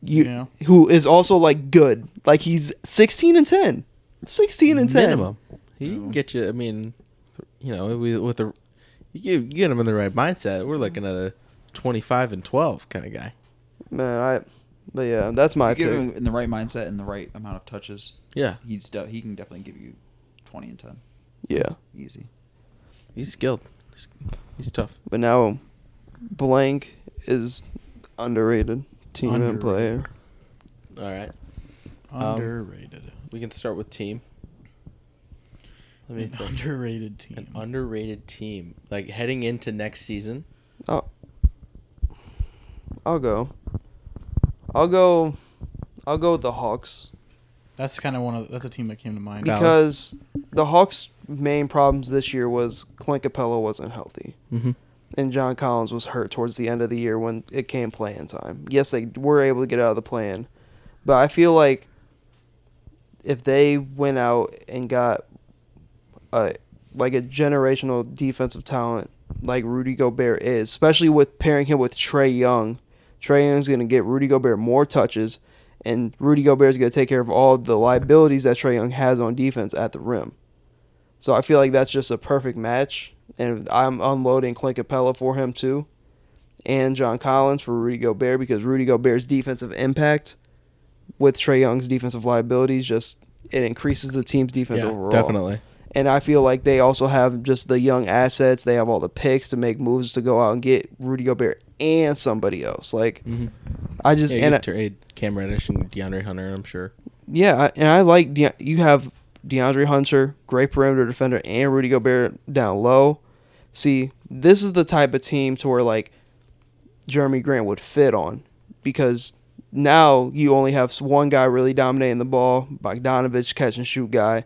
You Yeah. who is also like good. Like he's sixteen and ten. Sixteen and ten. Minimum. He can get you. I mean, you know, with, with the you get, you get him in the right mindset. We're looking at a twenty-five and twelve kind of guy. Man, I. But yeah, that's my You pick. get him in the right mindset and the right amount of touches. Yeah, He's de- he can definitely give you twenty and ten yeah, easy. he's skilled. He's, he's tough. but now, blank is underrated team and Underrated. player. All right, Um, Underrated. we can start with team. Let me An think. underrated team. An underrated team, like heading into next season. I'll, I'll go. I'll go. I'll go with the Hawks that's kind of one of that's a team that came to mind. Valid. because the Hawks' main problems this year was Clint Capella wasn't healthy Mm-hmm. and John Collins was hurt towards the end of the year when it came play-in time. Yes, they were able to get out of the plan, but I feel like if they went out and got a like a generational defensive talent like Rudy Gobert is, especially with pairing him with Trey Young, Trey Young's going to get Rudy Gobert more touches, and Rudy Gobert's going to take care of all the liabilities that Trey Young has on defense at the rim. So I feel like that's just a perfect match, and I'm unloading Clint Capella for him too, and John Collins for Rudy Gobert because Rudy Gobert's defensive impact with Trey Young's defensive liabilities just it increases the team's defense overall. definitely. And I feel like they also have just the young assets. They have all the picks to make moves to go out and get Rudy Gobert and somebody else. Like Mm-hmm. I just Yeah, and you I, could trade Cam Reddish and DeAndre Hunter. I'm sure. yeah, I- and I like De- you have DeAndre Hunter, great perimeter defender, and Rudy Gobert down low. See, this is the type of team to where like Jeremy Grant would fit on because now you only have one guy really dominating the ball, Bogdanovich catch and shoot guy,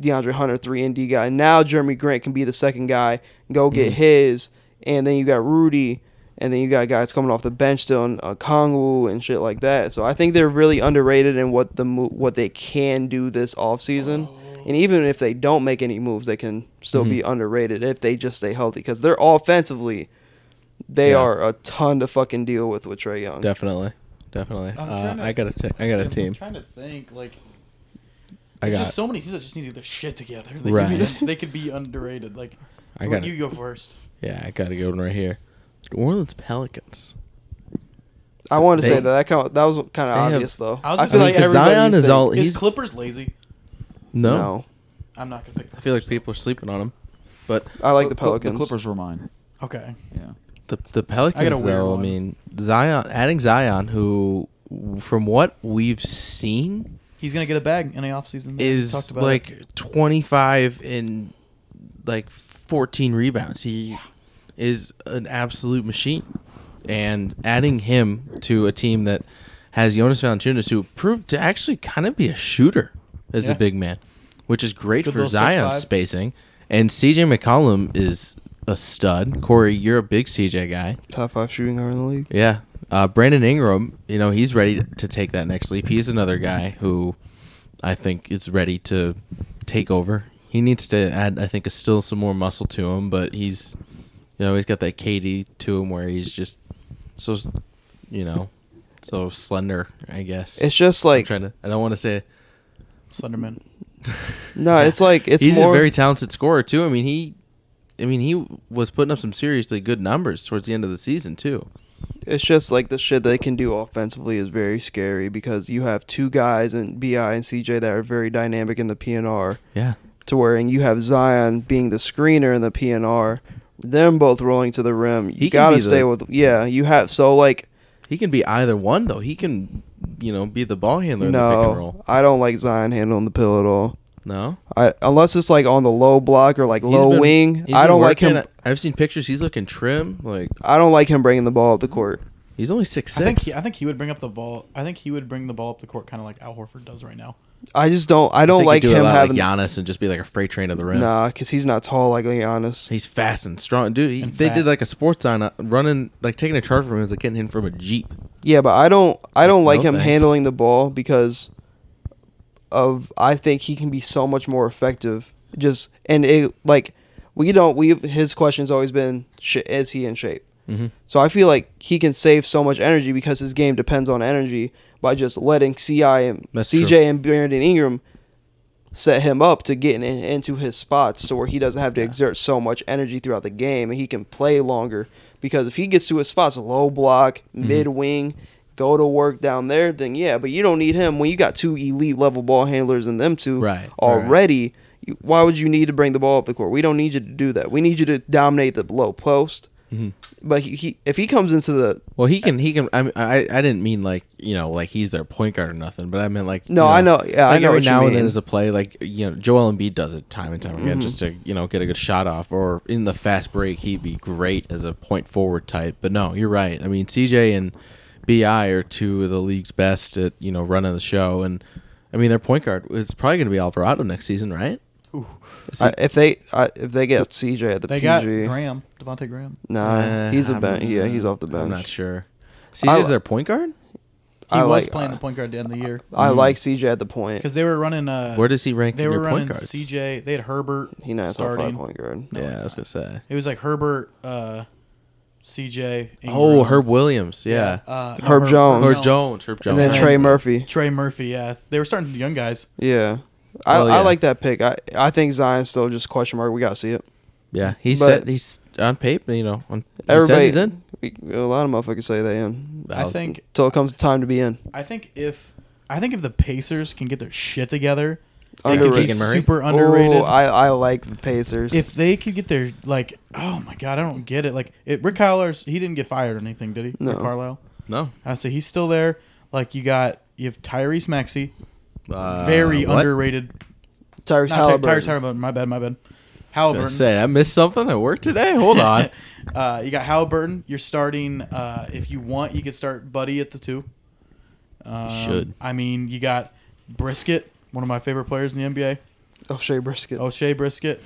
DeAndre Hunter three and D guy. Now Jeremy Grant can be the second guy, go get his, and then you got Rudy, and then you got guys coming off the bench still, and, uh, Kongwu and shit like that. So I think they're really underrated in what the mo- what they can do this offseason. And even if they don't make any moves, they can still be underrated if they just stay healthy because they're offensively, they Yeah. are a ton to fucking deal with with Trey Young. Definitely, definitely. I'm Uh, trying to- I got a t- I got a I'm team. trying to think like I there's got just so many teams that just need to get their shit together. They Right. Could be, they could be underrated. Like I got you it. go first. yeah. I got a good one right here. New Orleans Pelicans. I wanted to They- say that that, kind of, that was kind of they have- obvious though. I was I, just feel gonna like say- everybody Zion is think- all- Is he's- Clippers lazy? No. no. I'm not gonna pick. I feel like people are sleeping on him, but I like the Cl- Cl- Pelicans. The Clippers were mine. Okay. Yeah. the the Pelicans I got a weird though. one. I mean, Zion adding Zion, who from what we've seen He's gonna get a bag in the offseason. Mm-hmm. We talked is about like it. 25 and like 14 rebounds. He is an absolute machine, and adding him to a team that has Jonas Valanciunas, who proved to actually kind of be a shooter as Yeah. a big man, which is great Good for little six Zion's five. spacing. And CJ McCollum is a stud. Corey, you're a big CJ guy. top five shooting guard in the league. Yeah. Uh, Brandon Ingram, you know, he's ready to take that next leap. He's another guy who I think is ready to take over. He needs to add, I think, still some more muscle to him, but he's, you know, he's got that KD to him where he's just so, you know, so slender, I guess. It's just I'm like trying to, I don't want to say, Slenderman. no, it's like it's he's more. a very talented scorer, too. I mean, he. I mean, he was putting up some seriously good numbers towards the end of the season too. it's just like the shit they can do offensively is very scary because you have two guys in Bi and CJ that are very dynamic in the PNR. Yeah, To where and you have Zion being the screener in the PNR, them both rolling to the rim. You He can gotta be the- stay with yeah. You have so like He can be either one though. He can, you know, be the ball handler in the pick and no, roll. I don't like Zion handling the pill at all. No, I, unless it's like on the low block or like He's low been- wing. he's I been don't like working- him. I've seen pictures. He's looking trim. Like I don't like him bringing the ball up the court. he's He's only six I think six. he, I think he would bring up the ball. I think he would bring the ball up the court, kind of like Al Horford does right now. I just don't. I don't like he'd do him a lot having. like Giannis and just be like a freight train to the rim. Nah, because he's not tall like Giannis. He's fast and strong, dude. He, And they fat. did like a sports on uh, running, like taking a charge from him, is like getting him from a jeep. Yeah, but I don't. I don't like No him thanks. handling the ball because of. I think he can be so much more effective. Just and it like we don't. We his question's always been sh- is he in shape? Mm-hmm. So I feel like he can save so much energy because his game depends on energy by just letting Ci and That's CJ true. and Brandon Ingram set him up to getting in, into his spots to where he doesn't have to exert so much energy throughout the game and he can play longer because if he gets to his spots low block Mm-hmm. mid wing go to work down there then yeah but you don't need him when you got two elite level ball handlers and them two Right, already you, why would you need to bring the ball up the court we don't need you to do that we need you to dominate the low post Mm-hmm. but he, he if he comes into the Well, he can. He can. I, mean, I. I didn't mean like you know, like he's their point guard or nothing. But I meant like No, you I know. Yeah, I like get every what you now and mean. Mm-hmm. then as a play, like you know, Joel Embiid does it time and time again just to you know get a good shot off. Or in the fast break, he'd be great as a point forward type. But no, you're right. I mean, CJ and Bi are two of the league's best at you know running the show. And I mean, their point guard is probably going to be Alvarado next season, right? I, if they I, if they get CJ at the They PG got Graham, Devontae Graham. nah Uh, he's a I'm- bench yeah he's off the bench I'm not sure. CJ's their point guard. He I was like- uh, playing the point guard at the end of the year I Mm. like CJ at the point because they were running. Uh, Where does he rank they in were your running point guards? CJ. They had Herbert He not a top starting. five point guard. No, yeah, he's I was gonna say. It was like Herbert, uh, CJ. Ingram. Oh, Herb Williams. Yeah. Uh, no, Herb Jones. Or Jones, Herb Jones. And then Jones. Trey Murphy. Trey Murphy. Yeah, they were starting young guys. Yeah. I, Well, I yeah. like that pick. I, I think Zion's still just question mark. We gotta see it. Yeah, he But- said he's on paper. You know, on, he says Everybody, he's in. we- a lot of motherfuckers say they in I think until it comes the time to be in. I think if I think if the Pacers can get their shit together, they could Underrated. be Keegan Murray? super underrated. Oh, I, I like the Pacers. if they could get their like, oh my god, I don't get it. Like it, Rick Carlisle's, he didn't get fired or anything, did he? No. Rick Carlisle. no. I say he's still there. Like you got you have Tyrese Maxey, Uh, very what? underrated. Tyrese Not Ty- Tyrese Halliburton. Halliburton. My bad, my bad. I Halliburton. say I missed something at work today. Hold on. Uh, you got Halliburton. You're starting. Uh, if you want, you could start Buddy at the two. Um, should. I mean, you got Brisket, one of my favorite players in the NBA. Oh, Shea Brisket. O'Shea Brisket,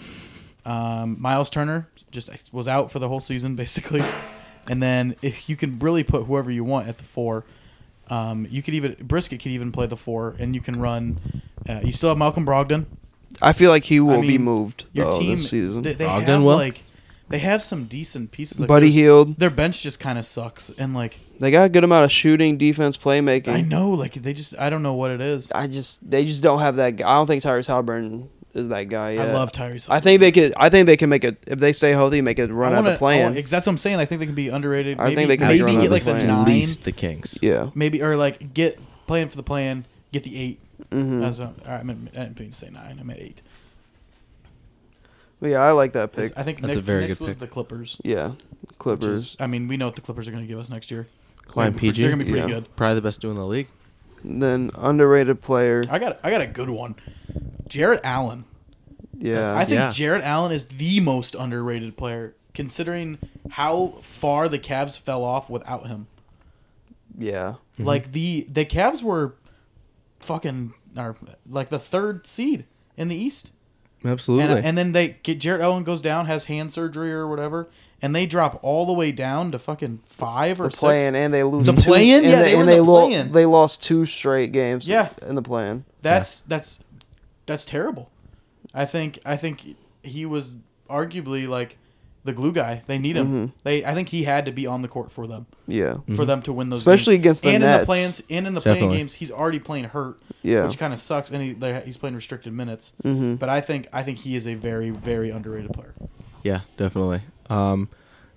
um, Miles Turner just was out for the whole season basically, and then if you can really put whoever you want at the four, um, you could even Brisket could even play the four, and you can run. Uh, you still have Malcolm Brogdon. I feel like he will be mean, moved Your though, team this season. They, they Brogdon have will? like they have some decent pieces. Like Buddy their, Healed. their bench just kind of sucks, and like They got a good amount of shooting, defense, playmaking. I know, like they just I don't know what it is. I just they just don't have that. Guy. I don't think Tyrese Halliburton is that guy. Yet. I love Tyrese. I think they could. I think they can make it if they stay healthy. Make it run I out wanna- of plan. I wanna- that's what I'm saying. I think they can be underrated. I Maybe, think they can be maybe underrated get like the with plan. nine, At least the Kings. yeah. maybe or like get playing for the plan, get the 8 Mhm. That's what- I, meant, I didn't mean to say nine. I meant eight. Yeah, I like that pick. I think That's Nick, a very next good was pick. the Clippers. Yeah, which Clippers. is- I mean, we know what the Clippers are going to give us next year. Klein They're gonna be- They're PG. going to be pretty Yeah. good. Probably the best duo in the league. then underrated player. I got I got a good one. Jared Allen. I Yeah, think Yeah. Jared Allen is the most underrated player, considering how far the Cavs fell off without him. yeah. Mm-hmm. Like the the Cavs were fucking or like the third seed in the East. Absolutely. And, uh, and then they get Jared Allen goes down, has hand surgery or whatever, and they drop all the way down to fucking five or The six. play-in, and they lose The two- play-in? and Yeah, they, they were and in they, the lo- play-in. they lost two straight games. Yeah. in the plan. That's that's that's terrible. I think I think he was arguably like the glue guy. They need Mm-hmm. him. They I think he had to be on the court for them Yeah, Mm-hmm. for them to win those Especially games. against the and in Nets. the plans and in the Definitely. playing games he's already playing hurt Yeah. Mm-hmm. which kind of sucks and he, they, he's playing restricted minutes but I think I think he is a very very underrated player yeah, definitely. Um,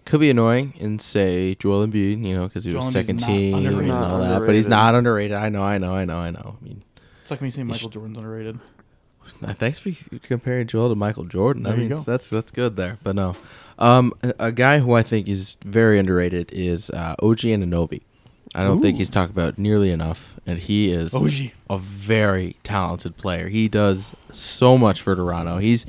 could be annoying and say Joel Embiid, you know, because he Joel was Embiid's second not team and underrated. all Not that, but he's underrated. not underrated. I know, I know, I know, I know. I mean, it's like me saying Michael Jordan's underrated Uh, Thanks for comparing Joel to Michael Jordan. I There you mean, go. that's that's good there. But no, um, a- a guy who I think is very underrated is uh, OG Ananobi. I don't think he's talked about nearly enough, and he is OG. a very talented player. He does so much for Toronto. He's,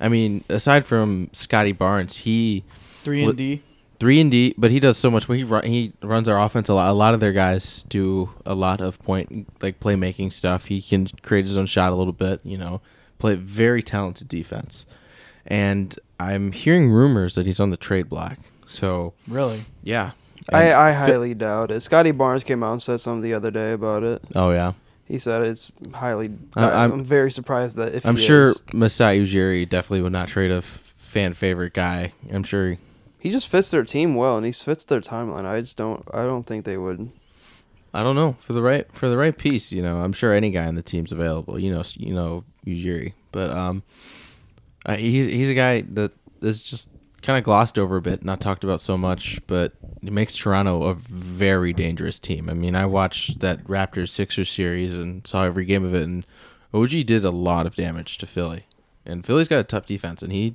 I mean, aside from Scotty Barnes, he three What- and D Three and D, but he does so much. He run, he runs our offense a lot. A lot of their guys do a lot of point like playmaking stuff. He can create his own shot a little bit. You know, play very talented defense. And I'm hearing rumors that he's on the trade block. So Really? yeah, I, And- I highly doubt it. Scotty Barnes came out and said something the other day about it. oh yeah. He said it's highly. I- I, I'm- am very surprised that if I'm he sure is. Masai Ujiri definitely would not trade a f- fan favorite guy. I'm sure. he just fits their team well and he fits their timeline. I just don't. I don't think they would. I don't know for the right for the right piece. You know, I'm sure any guy on the team's available. You know, you know Ujiri, but um, I, he's he's a guy that is just kind of glossed over a bit, not talked about so much, but it makes Toronto a very dangerous team. I mean, I watched that Raptors Sixers series and saw every game of it, and OG did a lot of damage to Philly, and Philly's got a tough defense, and he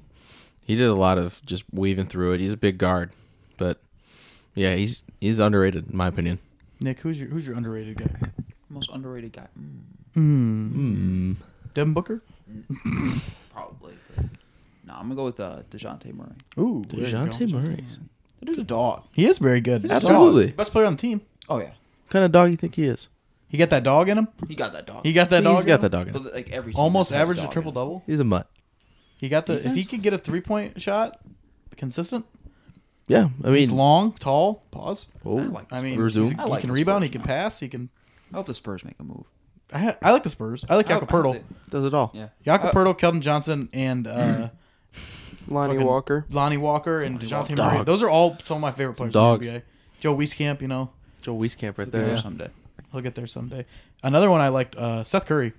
he did a lot of just weaving through it. He's a big guard, but yeah, he's he's underrated in my opinion. Nick, who's your who's your underrated guy? Most underrated guy. Mm, Hmm. Devin Booker. probably. but- No, I'm gonna go with uh, Dejounte Murray. Ooh, DeJounte Murray. That dude's a dog. He is very good. a Absolutely. dog. Best player on the team. Oh yeah, What kind of dog do you think he is? He got that dog in him. he got that dog. He got He's that dog. in got him. that dog in him. But, like every team Almost has a averaged a dog in triple it. double. He's a mutt. He got the. If he Defense. could get a three point shot, consistent. Yeah, I mean, He's long, tall. Pause. Oh, I like I this mean, Spurs. Resume. he's- I he like can the rebound. Spurs He can now. pass. He can. I hope the Spurs make a move. I, ha- I like the Spurs. I like I Uh, hope- Jakob I hope Pertl. does it all. they- Yeah. Jakob I- Pertl, Kelvin Johnson, and uh, Lonnie fucking Walker. Lonnie Walker, and Dejounte Walker. Murray. Dog. Those are all some of my favorite players. Dogs. In the NBA. Joe Wieskamp, you know, Joel Wieskamp right Be there there. someday. he'll get there someday. Another one I liked, uh, Seth Curry.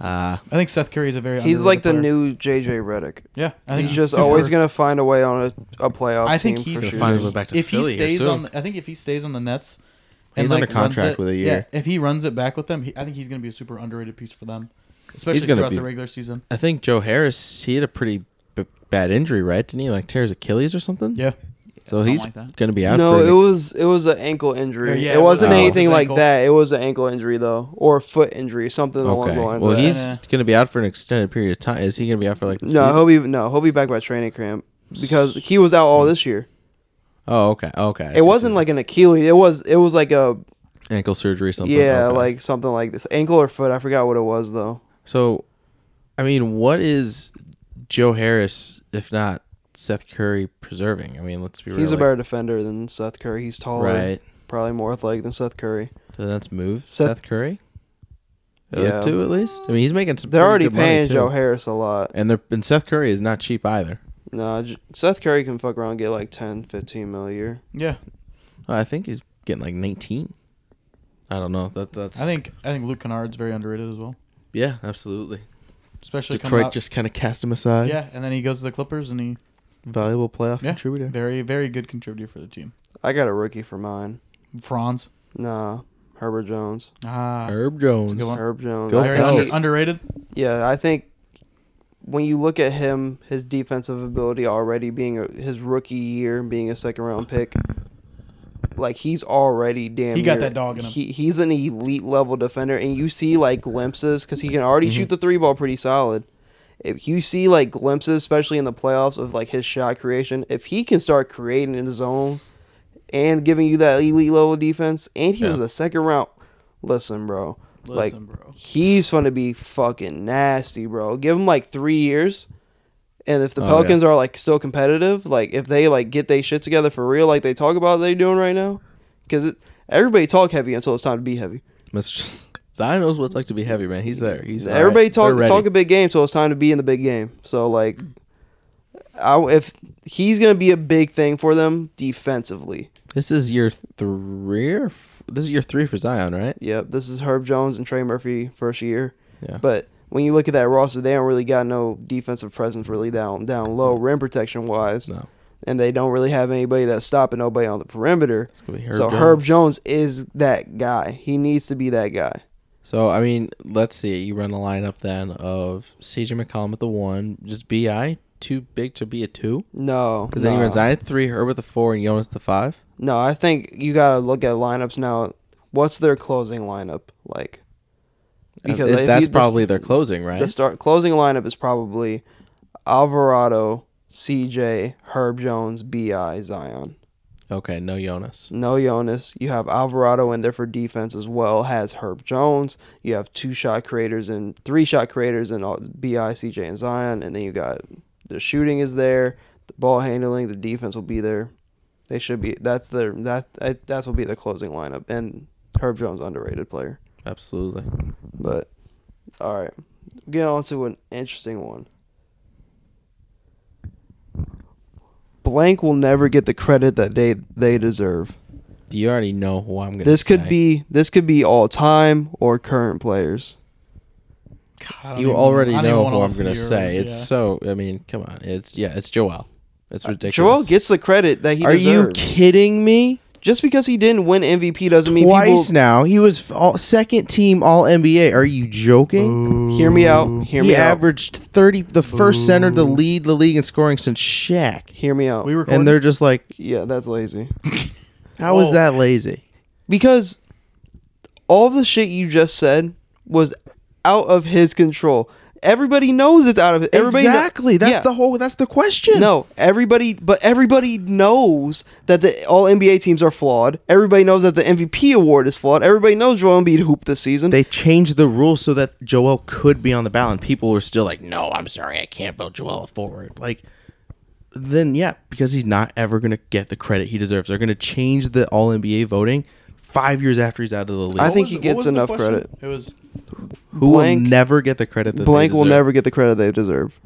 Ah, I think Seth Curry is a very. He's underrated like the player. new JJ Redick. Yeah, I He's just super- always gonna find a way on a, a playoff I think team he's for Gonna sure. finally go back to if Philly he here stays soon. on, the, I think if he stays on the Nets, He's under runs contract it- with a year. Yeah, if he runs it back with them, he, I think he's going to be a super underrated piece for them, especially gonna throughout be- the regular season. I think Joe Harris. He had a pretty b- bad injury, right? Didn't he like tear his Achilles or something? Yeah, So Something he's like that. gonna be out. No, for an it ex- was it was an ankle injury. Yeah, yeah, it wasn't it was anything his like ankle. that. It was an ankle injury though, or a foot injury, something along Okay. the lines. Well, of that. he's Yeah. gonna be out for an extended period of time. Is he gonna be out for like? The No, season? he'll be no, he'll be back by training camp because he was out all this year. Oh, okay, okay. I see, It wasn't see. like an Achilles. It was it was like a ankle surgery, or something. yeah, Okay. like something like this ankle or foot. I forgot what it was though. So, I mean, what is Joe Harris if not Seth Curry preserving? I mean, let's be real. He's a like, better defender than Seth Curry. He's taller, right. probably more athletic than Seth Curry. So the Nets move Seth- Seth, Curry. The Yeah. other two at least. I mean, he's making some. They're pretty already good money, paying too. Joe Harris a lot. and they're and Seth Curry is not cheap either. Nah, J- Seth Curry can fuck around and get like 10, 15 mil a year. yeah. Oh, I think he's getting like 19. I don't know. That that's. I think I think Luke Kennard's very underrated as well, Yeah, absolutely. especially coming Detroit out- just kind of cast him aside. yeah, and then he goes to the Clippers and he Valuable playoff yeah, contributor. very very good contributor for the team. I got a rookie for mine. Franz, Nah, Herbert Jones. ah, Herb Jones. That's a good one. Herb Jones. Go I very think Pels. under- he- underrated. Yeah, I think when you look at him, his defensive ability already being a, his rookie year being a second round pick, like he's already damn. He got near- that dog in him. He, he's an elite level defender, and you see like glimpses because he can already shoot the three ball pretty solid. If you see like glimpses, especially in the playoffs, of like his shot creation, if he can start creating in his own and giving you that elite level defense, and he was a second round. Listen, bro. like, Listen, bro. he's going to be fucking nasty, bro. Give him like three years, and if the Oh, yeah. Pelicans are like still competitive, like if they like get they shit together for real, like they talk about they doing right now, because everybody talk heavy until it's time to be heavy. Mr. Zion knows what it's like to be heavy, man. He's there. He's all right. everybody talk They're ready. talk a big game until it's time to be in the big game. So like, I, if he's going to be a big thing for them defensively. This is year three. Or f- this is year three for Zion, right? Yep, this is Herb Jones and Trey Murphy first year. Yeah. But when you look at that roster, they don't really got no defensive presence really down down low rim protection wise, No. and they don't really have anybody that's stopping nobody on the perimeter. gonna be Herb so Herb Jones is that guy. He needs to be that guy. So I mean, let's see. You run a lineup then of CJ McCollum at the one, just Bi too big to be a two. No, Because then you no. run Zion at three, Herb at the four, and Jonas at the five. No, I think you gotta look at lineups now. What's their closing lineup like? Because if that's you- the- probably their closing, right? the start closing lineup is probably Alvarado, CJ, Herb Jones, BI, Zion. Okay, no Jonas. No Jonas. You have Alvarado in there for defense as well. Has Herb Jones. You have two shot creators and three shot creators and all, Bi, CJ, and Zion. And then you got the shooting is there, the ball handling, the defense will be there. They should be. That's their that I- that's will be their closing lineup. And Herb Jones underrated player. Absolutely. But all right, get on to an interesting one. Blank will never get the credit that they they deserve. Do you already know who I'm gonna? This could say? be this could be all time or current players. God, I don't You even- already I don't even know wanna who I'm listen gonna yours, say. It's yeah. so. I mean, come on. It's yeah. It's Joel. It's ridiculous. Uh, Joel gets the credit that he Are you deserves. kidding me? Just because he didn't win MVP doesn't mean Twice people. now. He was f- all, second team All NBA. Are you joking? Hear me out. Hear he me out. averaged thirty. The first center to lead the league in scoring since Shaq. Hear me out. we recording? And they're just like, yeah, that's lazy. how is Whoa. that lazy? Because all the shit you just said was out of his control. Everybody knows it's out of everybody. kno- exactly. That's Yeah. the whole. That's the question. No, everybody, but everybody knows that the all NBA teams are flawed. Everybody knows that the MVP award is flawed. Everybody knows Joel Embiid hooped this season. they changed the rules so that Joel could be on the ballot. And people were still like, "No, I'm sorry, I can't vote Joel a forward." Like, then yeah, because he's not ever gonna get the credit he deserves. They're gonna change the All NBA voting five years after he's out of the league. I What think was he it- what gets was the enough question? credit. It was Who Blank- will never get the credit that they Blank will deserve. never get the credit they deserve.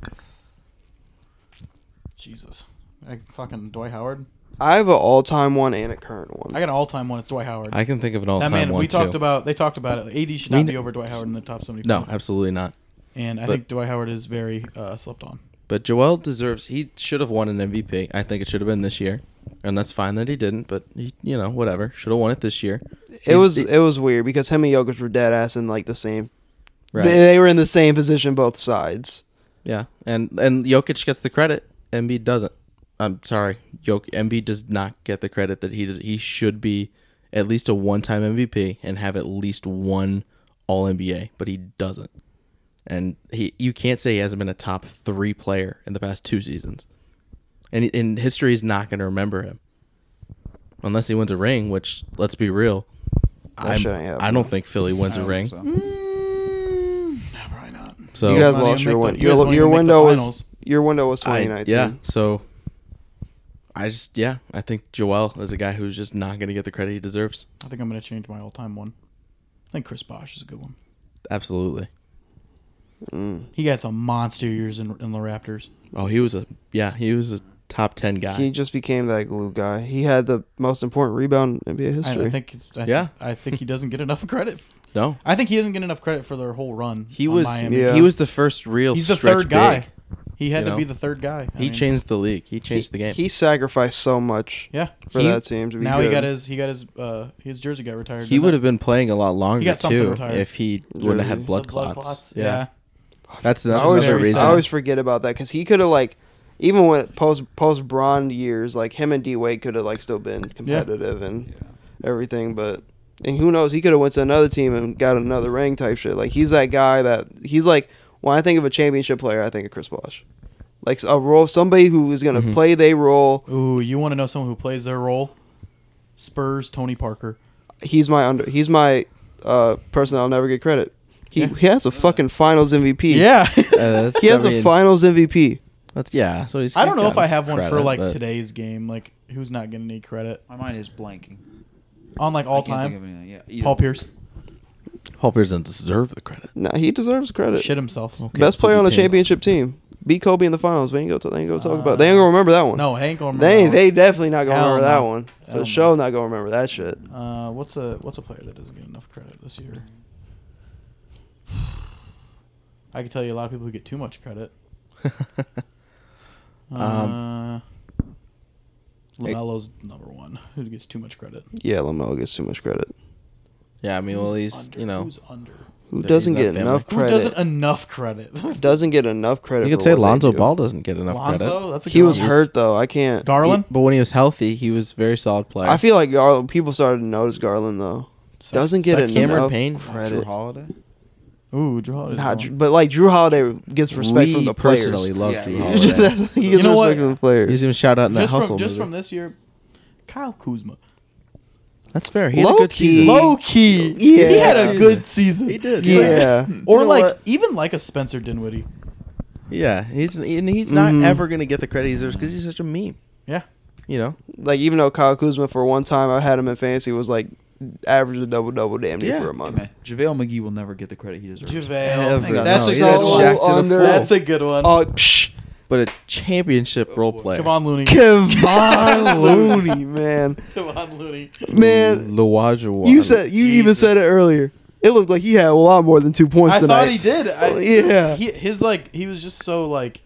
Jesus. Like fucking Dwight Howard. I have an all-time one and a current one. I got an all-time one. It's Dwight Howard. I can think of an that all-time man. one We talked too. about. They talked about it. AD should We not kn- be over Dwight Howard in the top seventy. no, absolutely not. and I but- think Dwight Howard is very uh, slept on. But Joel deserves. He should have won an MVP. I think it should have been this year, and that's fine that he didn't. But he, you know, whatever. Should have won it this year. it He's- was it was weird because him and Jokic were dead ass in like the same. Right. They, they were in the same position both sides. Yeah, and and Jokic gets the credit. Embiid doesn't. I'm sorry, Jok Embiid does not get the credit that he does. He should be at least a one-time MVP and have at least one All NBA, but he doesn't. And he, you can't say he hasn't been a top three player in the past two seasons. And in history is not going to remember him unless he wins a ring. Which let's be real, I'm- shit ain't happening. I don't think Philly wins a ring. So, So, Mm. Mm. No, probably not. You guys Not even lost make your the- win- you guys your won't even your make the window was finals. your window was I- 2019. yeah. So I just yeah, I think Joel is a guy who's just not going to get the credit he deserves. I think I'm gonna change my all-time one. I think Chris Bosh is a good one. Absolutely. He got some monster years in, in the Raptors. Oh, he was a yeah, he was a top 10 guy. He just became that glue guy. He had the most important rebound in NBA I, history. I think. it's- I, Yeah. I think he doesn't get enough credit. no. I think he doesn't get enough credit for their whole run. He on was Miami. Yeah. he was the first real He's the stretch third guy. big. He had you to know? be the third guy. I He mean, changed the league. He he, changed the game. he sacrificed so much Yeah. for He- that team to be Now good. he got his he got his uh his jersey got retired. He didn't would it? have been playing a lot longer got something too retired. if he wouldn't have The had blood, clots. Yeah. That's, I that's always, another for- reason. I always forget about that because he could have like, even with post post Bron years, like him and D Wade could have like still been competitive and everything, but. And who knows? He could have went to another team and got another ring type shit. Like he's that guy that he's like. When I think of a championship player, I think of Chris Bosh, like a role somebody who is Mm-hmm. gonna play their role. Ooh, you want to know someone who plays their role? Spurs Tony Parker. He's my under. He's my uh, person. I'll never get credit. He he has a fucking Finals MVP. Uh, that's- he has I mean, a Finals MVP. That's yeah. So he's. I don't he's know if gotten I have one for credit, like but- today's game. Like who's not getting any credit my mind is blanking. on like all I can't think of time? anything. Yeah, either Paul one. Pierce Paul Pierce doesn't deserve the credit. Nah, he deserves credit. shit himself. Okay, Best player on the Pete Tane. championship team. Beat Kobe in the finals. They ain't gonna, they ain't gonna talk about. They ain't gonna remember that one. No, Hank on they ain't- they definitely not gonna Hell remember that no. one. For Hell no. sure, not gonna remember that shit. Uh, what's a what's a player that doesn't get enough credit this year? I can tell you a lot of people who get too much credit. Uh, Lamelo's number one. Who gets too much credit? Yeah, Lamelo gets too much credit. Yeah, I mean, well, Who's he's under? you know Who's under? Who Yeah, doesn't he's get not family. enough Who credit? doesn't Doesn't, enough credit? get enough credit. you could for say what they Lonzo do. Ball doesn't get enough credit. Lonzo, that's a good He was one. hurt though. I can't. Garland, He- but when he was healthy, he was a very solid player. I feel like Garland. People started to notice Garland though. Sec- Doesn't get Cameron enough Payne. credit. Drew Holiday. Ooh, Drew Holiday's Nah, gone. Drew- but like Drew Holiday gets respect we from the players. personally love Yeah, Drew yeah. he Holiday. gets You know respect what? from the players. He's even shout out in that just hustle. from just movie. from this year, Kyle Kuzma, That's fair. He had Low a good key. season. low key, Yeah. he had a Season. good season. He did. Yeah. or You know like what? even like a Spencer Dinwiddie. yeah. He's and he's not Mhm. ever gonna get the credit he deserves because he's such a meme. Yeah, You know. Like even though Kyle Kuzma for one time I had him in fantasy was like averaged a double double damn near Yeah. for a Hey, month. man, JaVale McGee will never get the credit he deserves. Ever. JaVale. No, That's, he a had good so one. Shaq to the under- floor. That's a good one. Oh, psh, But a championship role player. Oh, Kevon Looney. Kevon Looney, man, Kevon Looney. man, Luwajawa. you said you even said it Jesus. earlier. It looked like he had a lot more than two points I tonight. thought he did. I, yeah, He, his like he was just so like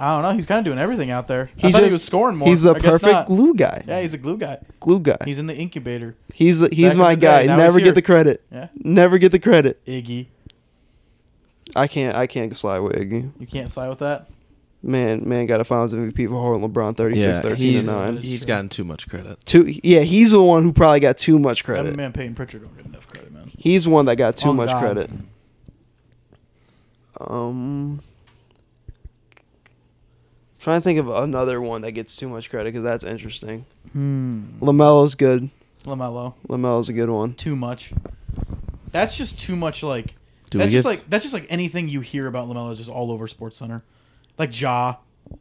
I don't know. He's kind of doing everything out there. I He thought he just- was scoring more. He's the I guess perfect not. glue guy. Yeah, he's a glue guy. glue guy. He's He's in the incubator. the he's back in my the day, guy. now he's Never get here. the credit. Yeah, Never get the credit. Iggy. I can't I can't slide with Iggy. You can't slide with that. Man, man got a Finals MVP for holding LeBron 36, Yeah, 13 he's, to nine. he's gotten too much credit. Two, yeah, he's the one who probably got too much That credit. man Peyton Pritchard don't get enough credit, man. He's the one that got too On much God. credit. Um, trying to think of another one that gets too much credit because that's interesting. Hmm. Lamelo's good. Lamelo. Lamelo's a good one. Too much. That's just too much. Like Do we that's just get- like that's just like anything you hear about Lamelo is just all over Sports Center. Like Ja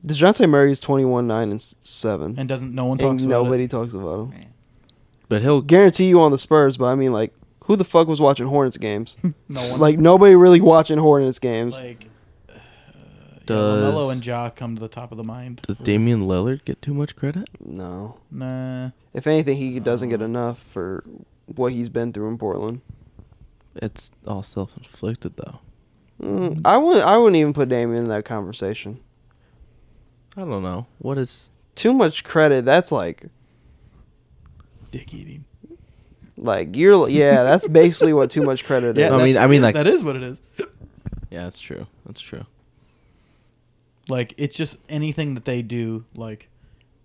Dejounte Murray is twenty one nine and s- seven, and doesn't no one talks and nobody about talks about him. But he'll Guarantee you on the Spurs, but I mean like, who the fuck was watching Hornets games? it. No one like nobody really watching Hornets games. like yeah, does. Lamelo and Ja come to the top of the mind. does Damian Lillard get too much credit? no. Nah. If anything, he doesn't get enough for what he's been through in Portland. It's all self inflicted though. Mm, I wouldn't. I wouldn't even put Damian in that conversation. I don't know. What is Too much credit. That's like, Dick eating. like you're. Yeah, that's basically what too much credit Yeah, is. I mean that's- I mean like that is what it is. Yeah, that's true. That's true. Like it's just anything that they do, like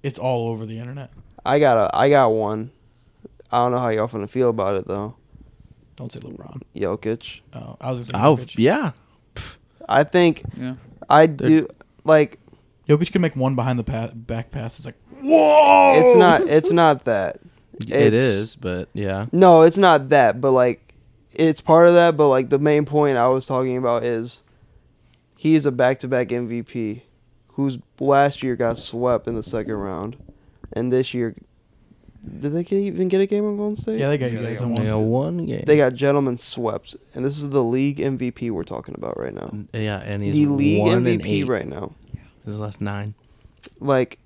it's all over the internet. I got a. I got one. I don't know how y'all gonna feel about it though, Don't say LeBron. Jokic. Oh, I was gonna say Oh Jokic. yeah. I think Yeah. I do. Like Jokic can make one behind the pa- back pass. It's like Oh. it's not. It's not that. it It's- is, but yeah. No, it's not that, but like it's part of that, but like the main point I was talking about is he is a back-to-back MVP who's last year got swept in the second round and this year did they get- even get a game on Golden State? yeah, they got Yeah, you they guys got in They got one. one game. They got gentlemen swept, and this is the league MVP we're talking about right now. yeah, and he's The league one and MVP eight. right now. His last nine. Like,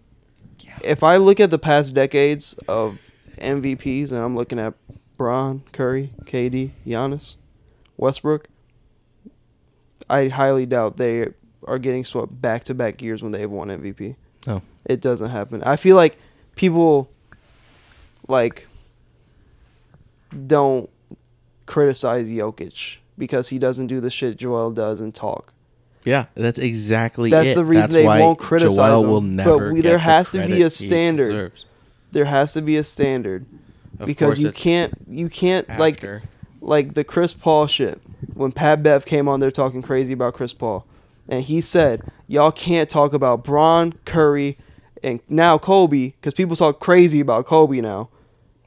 if I look at the past decades of MVPs, and I'm looking at Braun, Curry, KD, Giannis, Westbrook, I highly doubt they are getting swept back to back years when they have won MVP. Oh. It doesn't happen. I feel like people, like, don't criticize Jokic because he doesn't do the shit Joel does and talk. Yeah, that's exactly That's it. the reason they why won't criticize Joel him, will but never we- get there the has to be a credit he standard. deserves. There has to be a standard Of because course you it's can't you can't after. like like the Chris Paul shit. When Pat Bev came on there talking crazy about Chris Paul, and he said, "Y'all can't talk about Braun, Curry, and now Kobe because people talk crazy about Kobe now."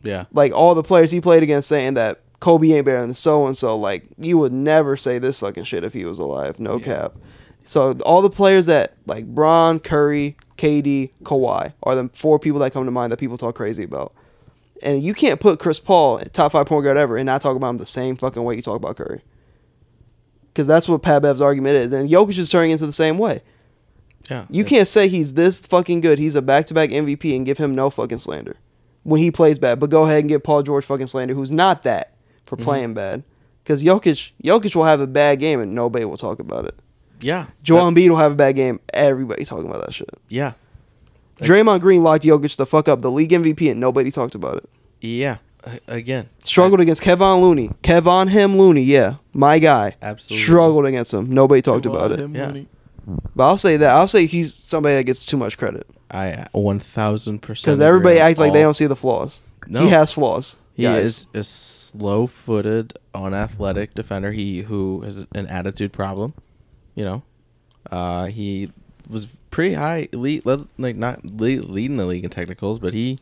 Yeah. Like all the players he played against saying that Kobe ain't better than so and so. Like you would never say this fucking shit if he was alive. No cap. So all the players that like Braun, Curry, KD, Kawhi are the four people that come to mind that people talk crazy about. And you can't put Chris Paul top five point guard ever and not talk about him the same fucking way you talk about Curry. Because that's what Pat Bev's argument is. And Jokic is turning into the same way. Yeah. You can't say he's this fucking good. He's a back to back MVP and give him no fucking slander when he plays bad. But go ahead and get Paul George fucking slander, who's not that for playing bad. Because Jokic, Jokic will have a bad game and nobody will talk about it. Yeah. Joel Embiid will have a bad game. Everybody's talking about that shit. Yeah. Draymond Green locked Jokic the fuck up, the league MVP, and nobody talked about it. Yeah. A- Again. Struggled against Kevon Looney. Kevon him Looney, yeah, my guy. Absolutely. Struggled against him. Nobody talked about it. Him, Yeah. Looney. But I'll say that. I'll say he's somebody that gets too much credit I 1000% because everybody agree on acts like they all- don't see the flaws. No. He has flaws. He guys. is a slow-footed, unathletic defender. He who has an attitude problem. You know, uh, he was pretty high elite, led, like not le- leading the league in technicals, but he,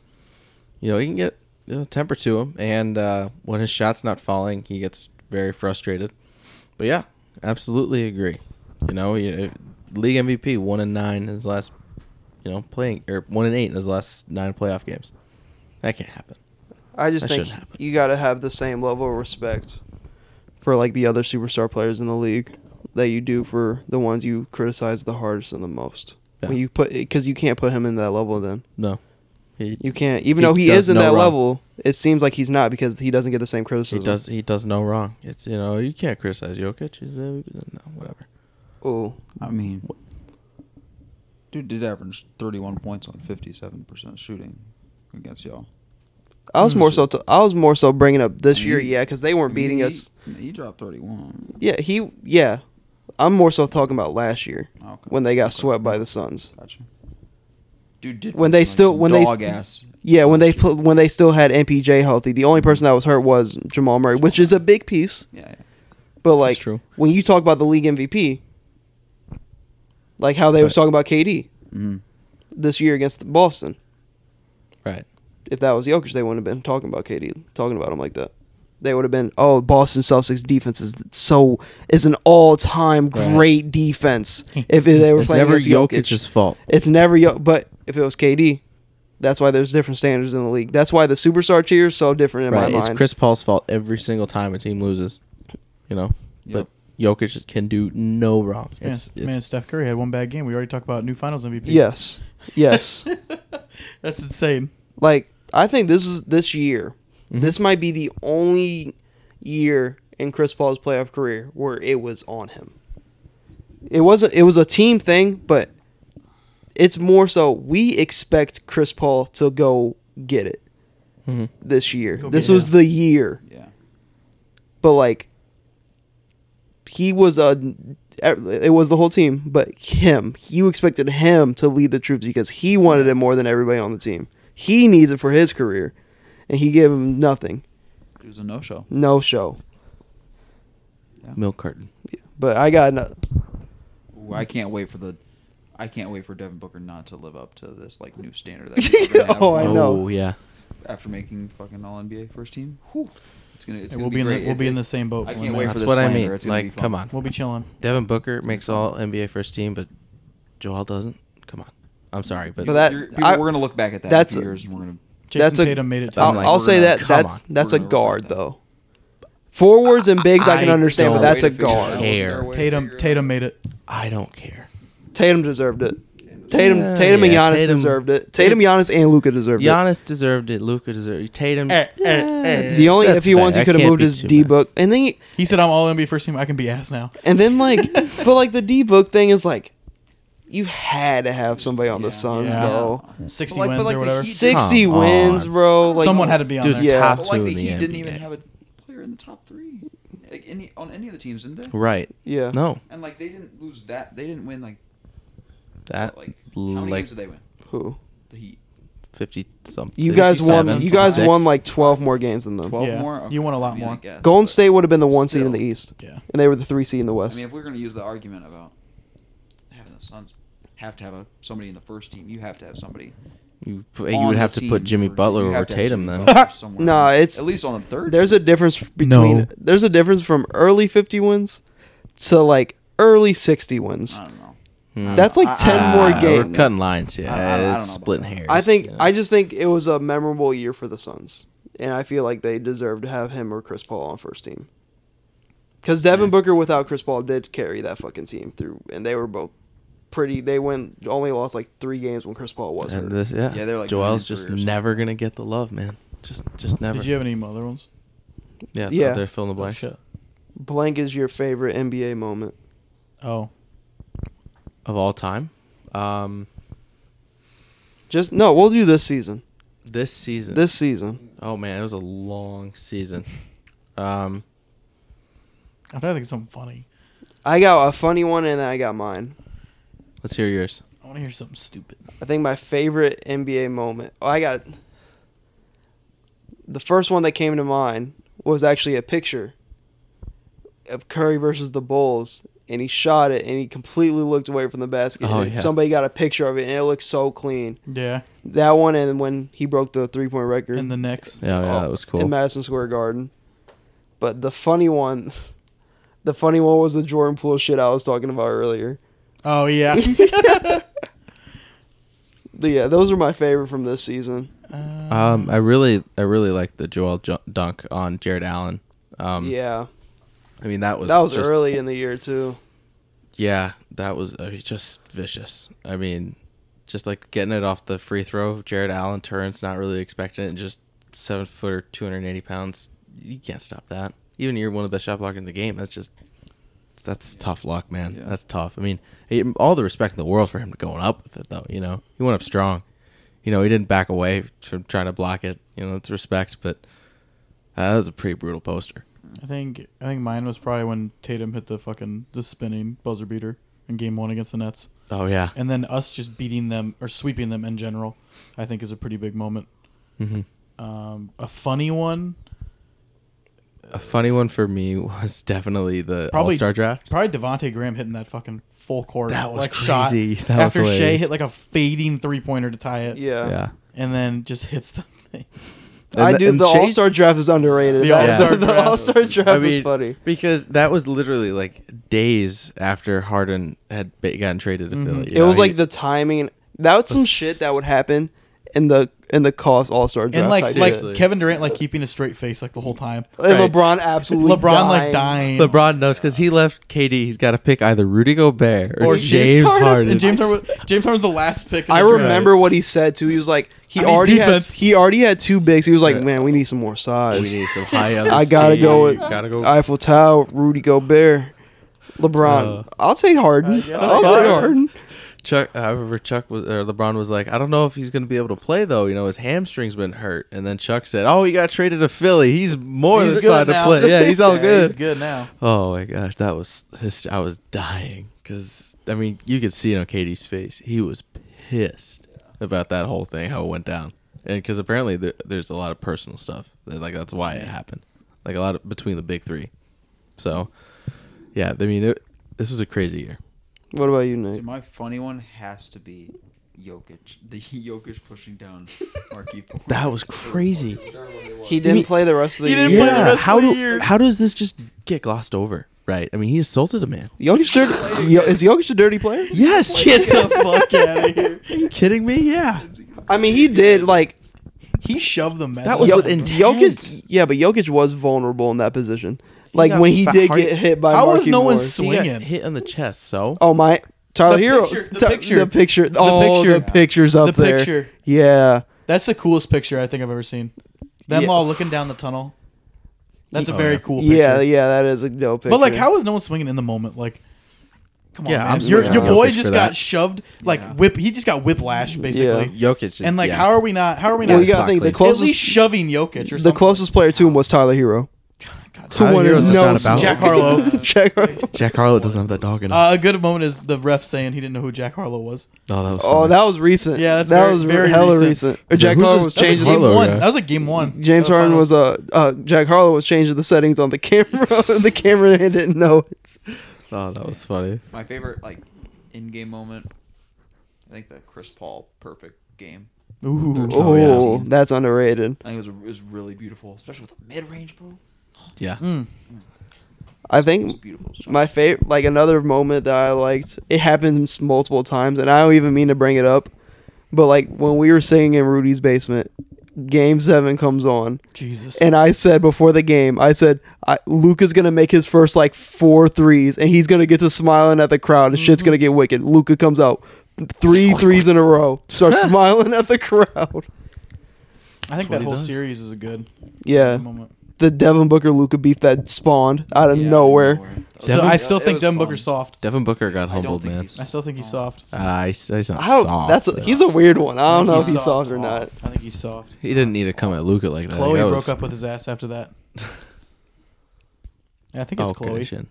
you know, he can get you know, temper to him, and uh, when his shot's not falling, he gets very frustrated. But yeah, absolutely agree. You know, you, league MVP one and nine in his last, you know, playing or one and eight in his last nine playoff games. That can't happen. I just That think shouldn't happen. you got to have the same level of respect for like the other superstar players in the league that you do for the ones you criticize the hardest and the most. Yeah. When you put because you can't put him in that level then. No, he, You can't even He though he does is in no that wrong. level, it seems like he's not because he doesn't get the same he criticism. does he does no wrong. It's you know you can't criticize Jokic. He's no whatever. Oh, I mean, dude did average 31 points on 57% shooting against y'all. I was more so t- I was more so bringing up this I year, mean, yeah, cuz they weren't I mean, beating he- us. He dropped 31. Yeah, he yeah. I'm more so talking about last year Okay. when they got swept by the Suns. Gotcha. Dude did When they like still- some when they dog st- ass. Yeah, when they put, when they still had MPJ healthy, the only person that was hurt was Jamal Murray, which is a big piece. Yeah, yeah. But like, true. when you talk about the league MVP, like how they was Right. talking about KD Mhm. this year against Boston, Right. if that was Jokic, they wouldn't have been talking about KD, talking about him like that. They would have been, oh, Boston Celtics defense is so is an all time Right. great defense. If they were It's playing never against Jokic, Jokic's fault. it's never yo. But if it was KD, that's why there's different standards in the league. That's why the superstar cheer is so different in Right. my It's mind. Chris Paul's fault every single time a team loses. You know, Yep. but Jokic can do no wrong. It's, it's man, man, Steph Curry had one bad game. We already talked about new Finals MVP. yes, yes. that's insane. like I think this is this year. Mm-hmm. This might be the only year in Chris Paul's playoff career where it was on him. It wasn't. It was a team thing, but it's more so we expect Chris Paul to go get it Mhm. this year. Go this get it. was the year. Yeah. but like he was a e, it was the whole team but him you expected him to lead the troops because he wanted it more than everybody on the team he needs it for his career and he gave him nothing It was a no show. no show milk carton. but i got no, I can't wait for the. I can't wait for Devin Booker not to live up to this like new standard. That he's gonna have Oh, I know. Oh yeah. After making fucking All NBA first team, Whew. it's gonna. It's And gonna we'll be, be in the- great. we'll It's be in like- the same boat I when uh, can't that- wait for That's this what I slander. mean. It's gonna be Like, fun. come on. We'll be chilling. Devin Booker makes all NBA first team, but Joel doesn't. Come on. I'm sorry, but, But that- You're- people- I- we're gonna look back at that that's in a a- few years, and we're gonna. Jason That's a- Tatum made it. To I'm I'll, the like, I'll we're say gonna- that come that's on. that's We're a gonna work guard that. though forwards and bigs i, can I understand don't but that's a Way to figure it out. Hair. guard Wasn't there a way to figure Tatum it Tatum out? made it. I don't care. tatum deserved it tatum Yeah, tatum yeah, and giannis Tatum- deserved it tatum giannis and luca deserved it Giannis deserved it. Luca deserved it. Tatum. Eh, eh, eh. that's- the only that's if he fair. wants I he could have can't moved be his too d mad. book and then he, He said, "I'm all NBA first team. I can be ass now." And then like, but like the D book thing is like, you had to have somebody on the Suns Yeah. though. Sixty But like- but wins like or the whatever. Heat- Sixty Come wins, on. bro. Like Someone had to be on Dude's there. Yeah. top But two like in the the Heat NBA. didn't even have a player in the top three, like any on any of the teams, didn't they? right. Yeah. No. And like they didn't lose that. They didn't win like That like how many like games did they win? Who? The Heat. fifty something. You guys 57, won. You guys 56. won like twelve more games than them. Twelve Yeah. more. You won a I lot mean, I more. guess, Golden but- State would have been the one seed in the Still. East, Yeah. and they were the three seed in the I West. mean, if we're gonna use the argument about having the Suns have to have a, somebody in the first team, you have to have somebody. You, p- on you would the have to team put Jimmy for- Butler you over have to have Tatum Jimmy then. Butler somewhere. Nah, it's- at least on the third. there's a team. difference between. No. There's a difference from early fifty wins to like early sixty wins. I Uh, don't know. Hmm. That's like I- I- ten I- more Ah, games. We're cutting lines. Yeah, I- I- I don't know it's about splitting that. hairs. I think yeah. I just think it was a memorable year for the Suns, and I feel like they deserve to have him or Chris Paul on first team. Because Devin Booker without Chris Paul did carry that fucking team through, and they were both pretty. They went only lost like three games when Chris Paul was And hurt. this, yeah. Yeah, they're like nine and Joel's three just or something. never gonna get the love, man. Just, just never. Did you have any other ones? yeah, Yeah. They're filling the blanks. Shit. Blank is your favorite NBA moment. Oh, of all time. Um, Just no, we'll do this season. this season. This season, Oh man, it was a long season. Um, I'm trying to think of something funny. I got a funny one, and then I got mine. let's hear yours. I want to hear something stupid. I think my favorite NBA moment. Oh, I got. the first one that came to mind was actually a picture of Curry versus the Bulls, and he shot it, and he completely looked away from the basket. Oh, and yeah. Somebody got a picture of it, and it looked so clean. Yeah, That one, and when he broke the three point record and the Knicks. Yeah, yeah, Oh, that was cool. in Madison Square Garden. But the funny one, the funny one was the Jordan Poole shit I was talking about earlier. Oh yeah. But yeah, those are my favorite from this season. Uh, um, I really, I really liked the Joel ju- dunk on Jared Allen. Um, yeah, I mean that was that was just- early in the year too. Yeah, that was I mean, just vicious. I mean, just like getting it off the free throw. Jared Allen turns, not really expecting it, and just seven footer, two hundred and eighty pounds. You can't stop that. Even you're one of the best shot blockers in the game. That's just that's tough luck, man. Yeah. That's tough. I mean, he- all the respect in the world for him going up with it, though. You know, he went up strong. You know, he didn't back away from trying to block it. You know, that's respect. But uh, that was a pretty brutal poster. I think I think mine was probably when Tatum hit the fucking the spinning buzzer beater in game one against the Nets, Oh yeah, and then us just beating them or sweeping them in general. I think is a pretty big moment. Mhm. Um, a funny one, a funny one for me was definitely the All Probably- Star draft. probably Devonte Graham hitting that fucking full court That was like crazy. shot That was after Shea hilarious. hit like a fading three pointer to tie it. Yeah, Yeah. and then just hits the thing. I And- do. and The Shay's- All Star draft is underrated. The That- All-Star The draft. All Star draft I is mean, funny. because that was literally like days after Harden had ba- gotten traded to Mm-hmm. Philly. you it was know, like he- the timing. That was some That's- shit that would happen in the in the cost All Star draft. and like type shit. like Seriously. Kevin Durant like keeping a straight face like the whole time. and right. LeBron absolutely LeBron like dying. LeBron knows because he left KD. He's got to pick either Rudy Gobert or, Or James, James Harden. Harden. And James Harden, was- James Harden was the last pick. in I the draft. remember what he said too. He was like, he I need already defense. had he already had two bigs. He was like, Right. man, we need some more size. we need some high. I gotta go with Gotta go. Eiffel Tower, Rudy Gobert, LeBron. Uh, I'll take Harden. yeah, I'll that's fine. take Harden. Chuck. However, Chuck was or LeBron was like, I don't know if he's gonna be able to play though. You know, his hamstring's been hurt. And then Chuck said, Oh, he got traded to Philly. He's more He's than good glad to now. play. Yeah, he's all Yeah, good. He's good now. Oh my gosh, that was his, I was dying because I mean you could see it on Katie's face. He was pissed about that whole thing, how it went down, and because apparently there, there's a lot of personal stuff. that, Like that's why it happened. Like a lot of, between the big three. So, yeah, I mean it, this was a crazy year. What about you, Dude, Nate? my funny one has to be Jokic. The Jokic pushing down Marquise. That was crazy. He didn't play the rest of the He year. didn't play the Yeah, rest of how the do year. how does this just get glossed over? Right? I mean, he assaulted a man. Jokic dirty. Yo, is Jokic a dirty player? Yes. Get the fuck out of here. Are you kidding me? Yeah. I mean, he did like He shoved the mess. That was up. Yo- with intent. Jokic. Yeah, but Jokic was vulnerable in that position. Like got when he fa- did hard- get hit by. How was Markieff no one Morris. sw- He got Swinging. hit on the chest. So Oh my, Tyler The Hero. picture, the Ty- picture. the picture. The Oh, the picture. pictures up The there. picture. Yeah, That's the coolest picture I think I've ever seen. Them Yeah. all looking down the tunnel. That's Oh, a very yeah. cool picture. yeah, yeah. That is a dope picture. But like, how was no one swinging in the moment? Like, come on, Yeah, man. I'm your swinging your on boy Jokic just for got that. shoved like Yeah. whip. He just got whiplash basically. Jokic is And like, yeah. how are we not? How are we not? Well, you Yeah, gotta think the Barkley. at closest. least shoving Jokic or the something. closest player to him was Tyler Hero. God, Tyler Who Hero's just knows not about Jack Harlow. Jack Harlow. Jack Harlow doesn't have that dog in him. Uh, a good moment is the ref saying he didn't know who Jack Harlow was. oh, that was. Oh, funny. that was recent. Yeah, that's that very- was re- very hella recent. recent. Or Jack who's Harlow this- was that's a That was a changing. game Harlow one. guy. That was a game one. James That Harden finals. was uh, uh Jack Harlow was changing the settings on the camera. the camera didn't know it. Oh, that was funny. My favorite like in-game moment. I think the Chris Paul perfect game. Ooh. Oh, yeah. Oh, that's underrated. I think Oh. it was, it was really beautiful, especially with the mid-range, bro. Yeah. Mm. I It was think beautiful. So- my favorite, like another moment that I liked. It happens multiple times, and I don't even mean to bring it up, but like when we were singing in Rudy's basement, Game Seven comes on, Jesus. and I said before the game, I said I, Luke is gonna make his first like four threes, and he's gonna get to smiling at the crowd, and shit's gonna get wicked. Luca comes out, Oh three threes in a row, starts smiling at the crowd. I think what that he whole does. series is a good Yeah, moment. the Devin Booker Luca beef that spawned out of Yeah, nowhere. That was- So Devin- I still it think was Devin fun. Booker's soft. Devin Booker got I don't humbled, think man. he's I still think he's soft. Uh, he's, he's not I don't- soft. that's a, he's a weird one. I don't know I if think he's soft or soft. not. I think he's soft. he didn't need to come at Luca like that. Chloe That broke was- up with his ass after that. Yeah, I think it's Oh, Chloe. Kardashian.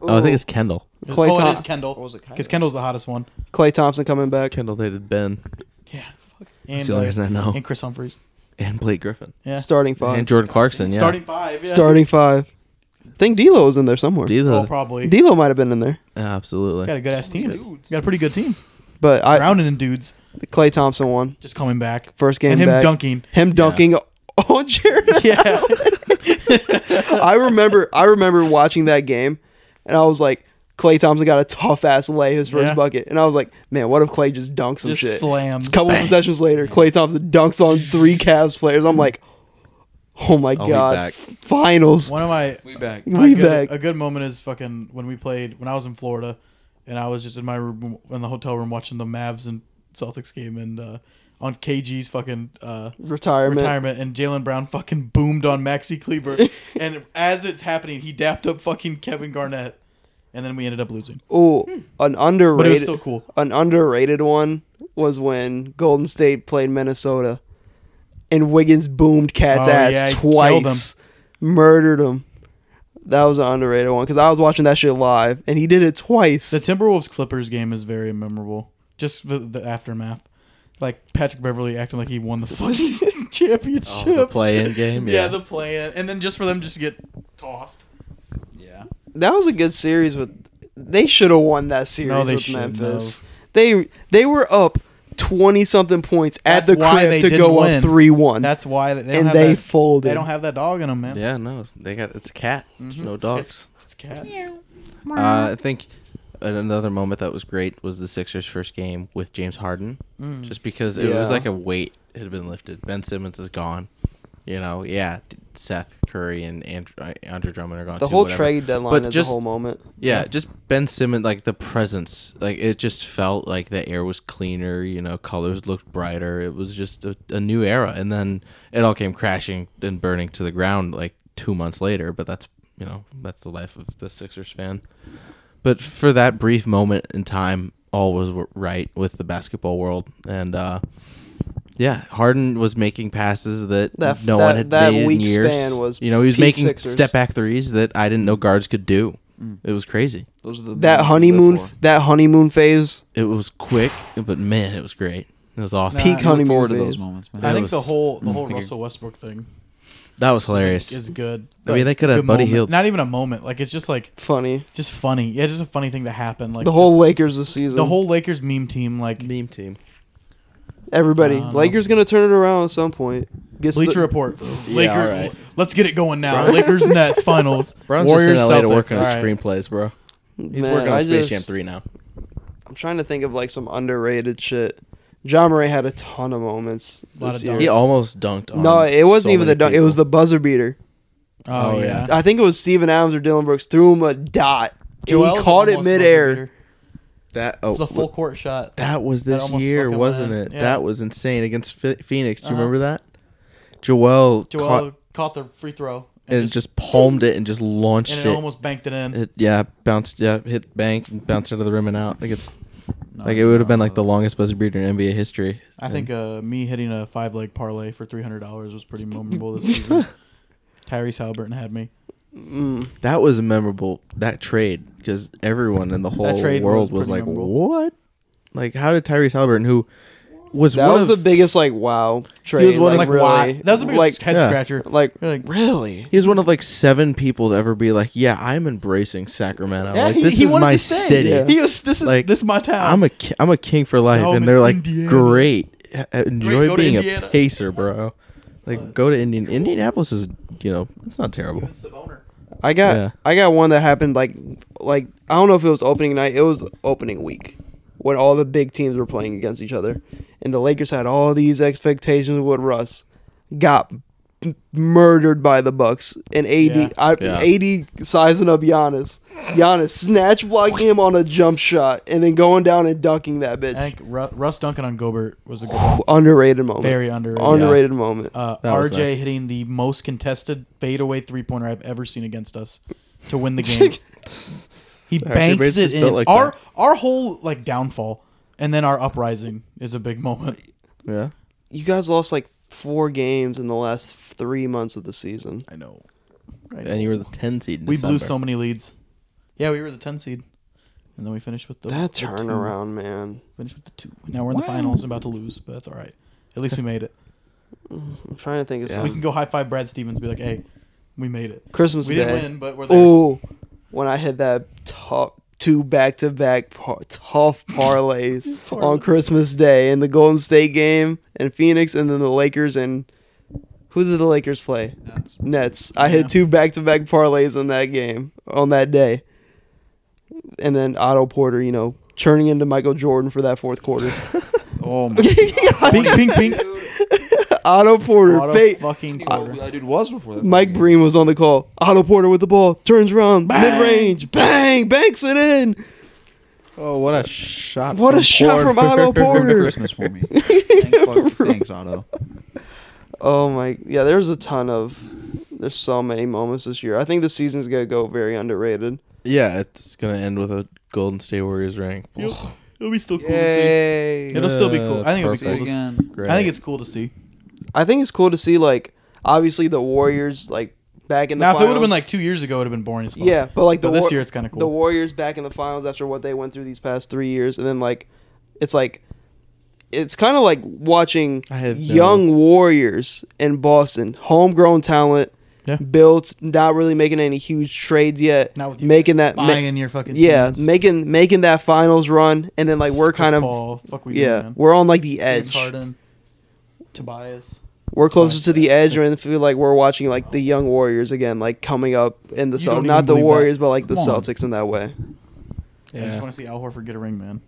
Oh, I think it's Kendall. Klay oh, Thom- it is Kendall. What was it, Kyrie? Because Kendall's the hottest one. Clay Thompson coming back. Kendall dated Ben. Yeah. That's And, the only uh, reason I know. and Chris Humphries. and Blake Griffin Yeah. Starting five. and Jordan Clarkson. Yeah, Starting five. Yeah. Starting five. I think D'Lo was in there somewhere. D'Lo. Oh, probably. D'Lo might have been in there, absolutely. Got a good ass team. Dudes. Got a pretty good team. but I Rounded in dudes. Clay Thompson won Just coming back. first game and him back. dunking. Him dunking on Jared. Yeah. I remember. I remember watching that game, and I was like, Clay Thompson got a tough ass lay his first Yeah. bucket, and I was like, man, what if Clay just dunks some Just shit? slams. A couple Bang. possessions later, Clay Thompson dunks on three Cavs players. I'm like, oh my I'll be god, back. finals. One of my We back. my We good- back. a good moment is fucking when we played when I was in Florida, and I was just in my room in the hotel room watching the Mavs and Celtics game and uh, on KG's fucking uh, Retirement. retirement, and Jalen Brown fucking boomed on Maxi Kleber, and as it's happening, he dapped up fucking Kevin Garnett, and then we ended up losing. Oh, an underrated. Hmm. But it was still cool. an underrated one was when Golden State played Minnesota, and Wiggins boomed Cat's Oh, ass yeah, he twice, murdered him. That was an underrated one because I was watching that shit live, and he did it twice. The Timberwolves Clippers game is very memorable. Just the, the aftermath, like Patrick Beverly acting like he won the fucking championship. Oh, the play-in game. yeah, Yeah, the play in, and then just for them just to get tossed. Yeah. that was a good series with. They should have won that series No, they with shouldn't Memphis. They they were up twenty something points That's at the why crib they to didn't go win. up three one. That's why they don't And have they that, folded. They don't have that dog in them, man. yeah. No, they got it's a cat. It's No dogs. Mm-hmm. It's, it's cat. Uh, I think an- another moment that was great was the Sixers' first game with James Harden, just because it was Yeah. like a weight had been lifted. Ben Simmons is gone. You know, yeah, Seth Curry and Andrew, Andrew Drummond are gone. the too, whole whatever. trade deadline But is just- a whole moment. Yeah, just Ben Simmons, like the presence, like it just felt like the air was cleaner. You know, colors looked brighter. It was just a, a new era, and then it all came crashing and burning to the ground like two months later. But that's you know that's the life of the Sixers fan. But for that brief moment in time, all was w- right with the basketball world, and uh, yeah, Harden was making passes that, That- no that- one had that made weak in years. span was you know he was peak making Sixers. step back threes that I didn't know guards could do. It was crazy. Those are the That Mm, moments we honeymoon, live for. that honeymoon phase It was quick, but man, it was great. It was awesome. Peak I We look honeymoon forward to phase. those moments, man. I think was- the whole the whole figure. Russell Westbrook thing That was hilarious. is good. I mean, they could good have Buddy moment. Hield. Not even a moment. Like it's just like Funny. just funny. Yeah, just a funny thing that happened. Like The whole just- Lakers this season. the whole Lakers meme team. Like Meme team. everybody. I don't Lakers gonna turn it around at some point. Gets Bleacher the, Report. Laker. all right. Let's get it going now. Lakers Nets finals. Brown's Warriors just in LA to Celtics. work on his All right. screenplays, bro. He's Man, working I on Space just- Jam 3 now. I'm trying to think of like some underrated shit. John Murray had a ton of moments Lot this of year. dunks. He almost dunked on no, it wasn't so even the many dunk. It was people. the buzzer beater. Oh, Oh, yeah. yeah. I think it was Steven Adams or Dylan Brooks threw him a dot. and Joel's he caught it almost buzzer midair. beater. that oh, It was a full court shot. that was this almost year, fucking wasn't went. it? Yeah. That was insane against Ph- Phoenix. Do you Uh-huh. remember that? Joel, Joel caught caught, the free throw and just palmed it and just launched and it. it almost banked it in. it yeah, bounced yeah, hit bank and bounced out of the rim and out. Like it's like it would have been like the longest buzzer beater in NBA history. I think uh, me hitting a five leg parlay for three hundred dollars was pretty memorable this season. Tyrese Halliburton had me. That was memorable. That trade because everyone in the whole trade world was, was pretty like, memorable. "What? Like, how did Tyrese Halliburton, who was That one was of the biggest like wow trade. one of, like, like, really. why? That was the biggest like head yeah. scratcher. like You're like, really. he was one of like seven people to ever be like, "Yeah, I'm embracing Sacramento. Yeah, like, he- this he is wanted my to stay. city. Yeah. He uh, was. This is Like, this is my town. I'm a ki- I'm a king for life." Now I'm and they're in like, Indiana. "Great, Uh, enjoy go to being Indiana." a pacer, bro. Like, go to Indian Indianapolis is you know it's not terrible. Saboner. I got Yeah. I got one that happened like like I don't know if it was opening night. It was opening week when all the big teams were playing against each other, and the Lakers had all these expectations with Russ, got m- murdered by the Bucks, and AD Yeah. I, Yeah. AD sizing up Giannis, Giannis snatch blocking him on a jump shot, and then going down and dunking that I bitch. think Ru- Russ Duncan on Gobert was a good one. Underrated moment. Very underrated. Underrated moment. Uh, That was RJ nice. hitting the most contested fadeaway three pointer I've ever seen against us to win the game. he banks Bates it is built in. like our that. our whole like downfall and then our uprising is a big moment. Yeah, you guys lost like four games in the last three months of the season. I know. and you were the ten seed. In We blew December. so many leads. Yeah, we were the ten seed, and then we finished with the That the two. turnaround, man. Finished with the two. Now we're in the finals, and about to lose, but that's all right. At least we made it. I'm trying to think of Yeah. We something. can go high five Brad Stevens. Be like, hey, we made it. Christmas we Day. didn't win, but we're there. Oh, when I had that top two back to back tough parlays on Christmas Day in the Golden State game and Phoenix, and then the Lakers and who did the Lakers play? That's Nets. I Yeah. had two back to back parlays in that game on that day, and then Otto Porter, you know, churning into Michael Jordan for that fourth quarter. oh my. God. Pink, pink, pink. Otto Porter, Auto fake. fucking You know quarter. who that dude was before that. Mike fucking Breen was on the call. Otto Porter with the ball, turns around, mid range, bang, banks it in. Oh, what a shot! What a shot from Otto game. Porter. Christmas for me. Thanks, fuck- thanks, Otto. Oh my, yeah. There's a ton of, there's so many moments this year. I think the season's gonna go very underrated. Yeah, it's gonna end with a Golden State Warriors rank. It'll, it'll be still cool to Yay! see. It'll still be cool. Uh, I think it'll be Say it cool. To see. again. Great. I think it's cool to see. I think it's cool to see like, obviously the Warriors like back in the Now, if it would have been finals. like two years ago, it would have been boring as fuck. yeah, but like the But this War- year, it's kind of the cool. Warriors back in the finals after what they went through these past three years, and then like, it's like, it's kind of like watching I have no- young Warriors in Boston, homegrown talent, Yeah. built, not really making any huge trades yet, Not with you making that ma- Buying in your fucking yeah, teams. making making that finals run, and then like we're Chris kind of Paul, fuck we yeah, doing, man? we're on like the James edge. Harden, Tobias. We're closer to the Fine. edge, and I feel like we're watching like the young Warriors again, like coming up in the You don't Celtics, even not the believe that. Warriors, but like the Come on. Celtics in that way. I just yeah. want to see Al Horford get a ring, man.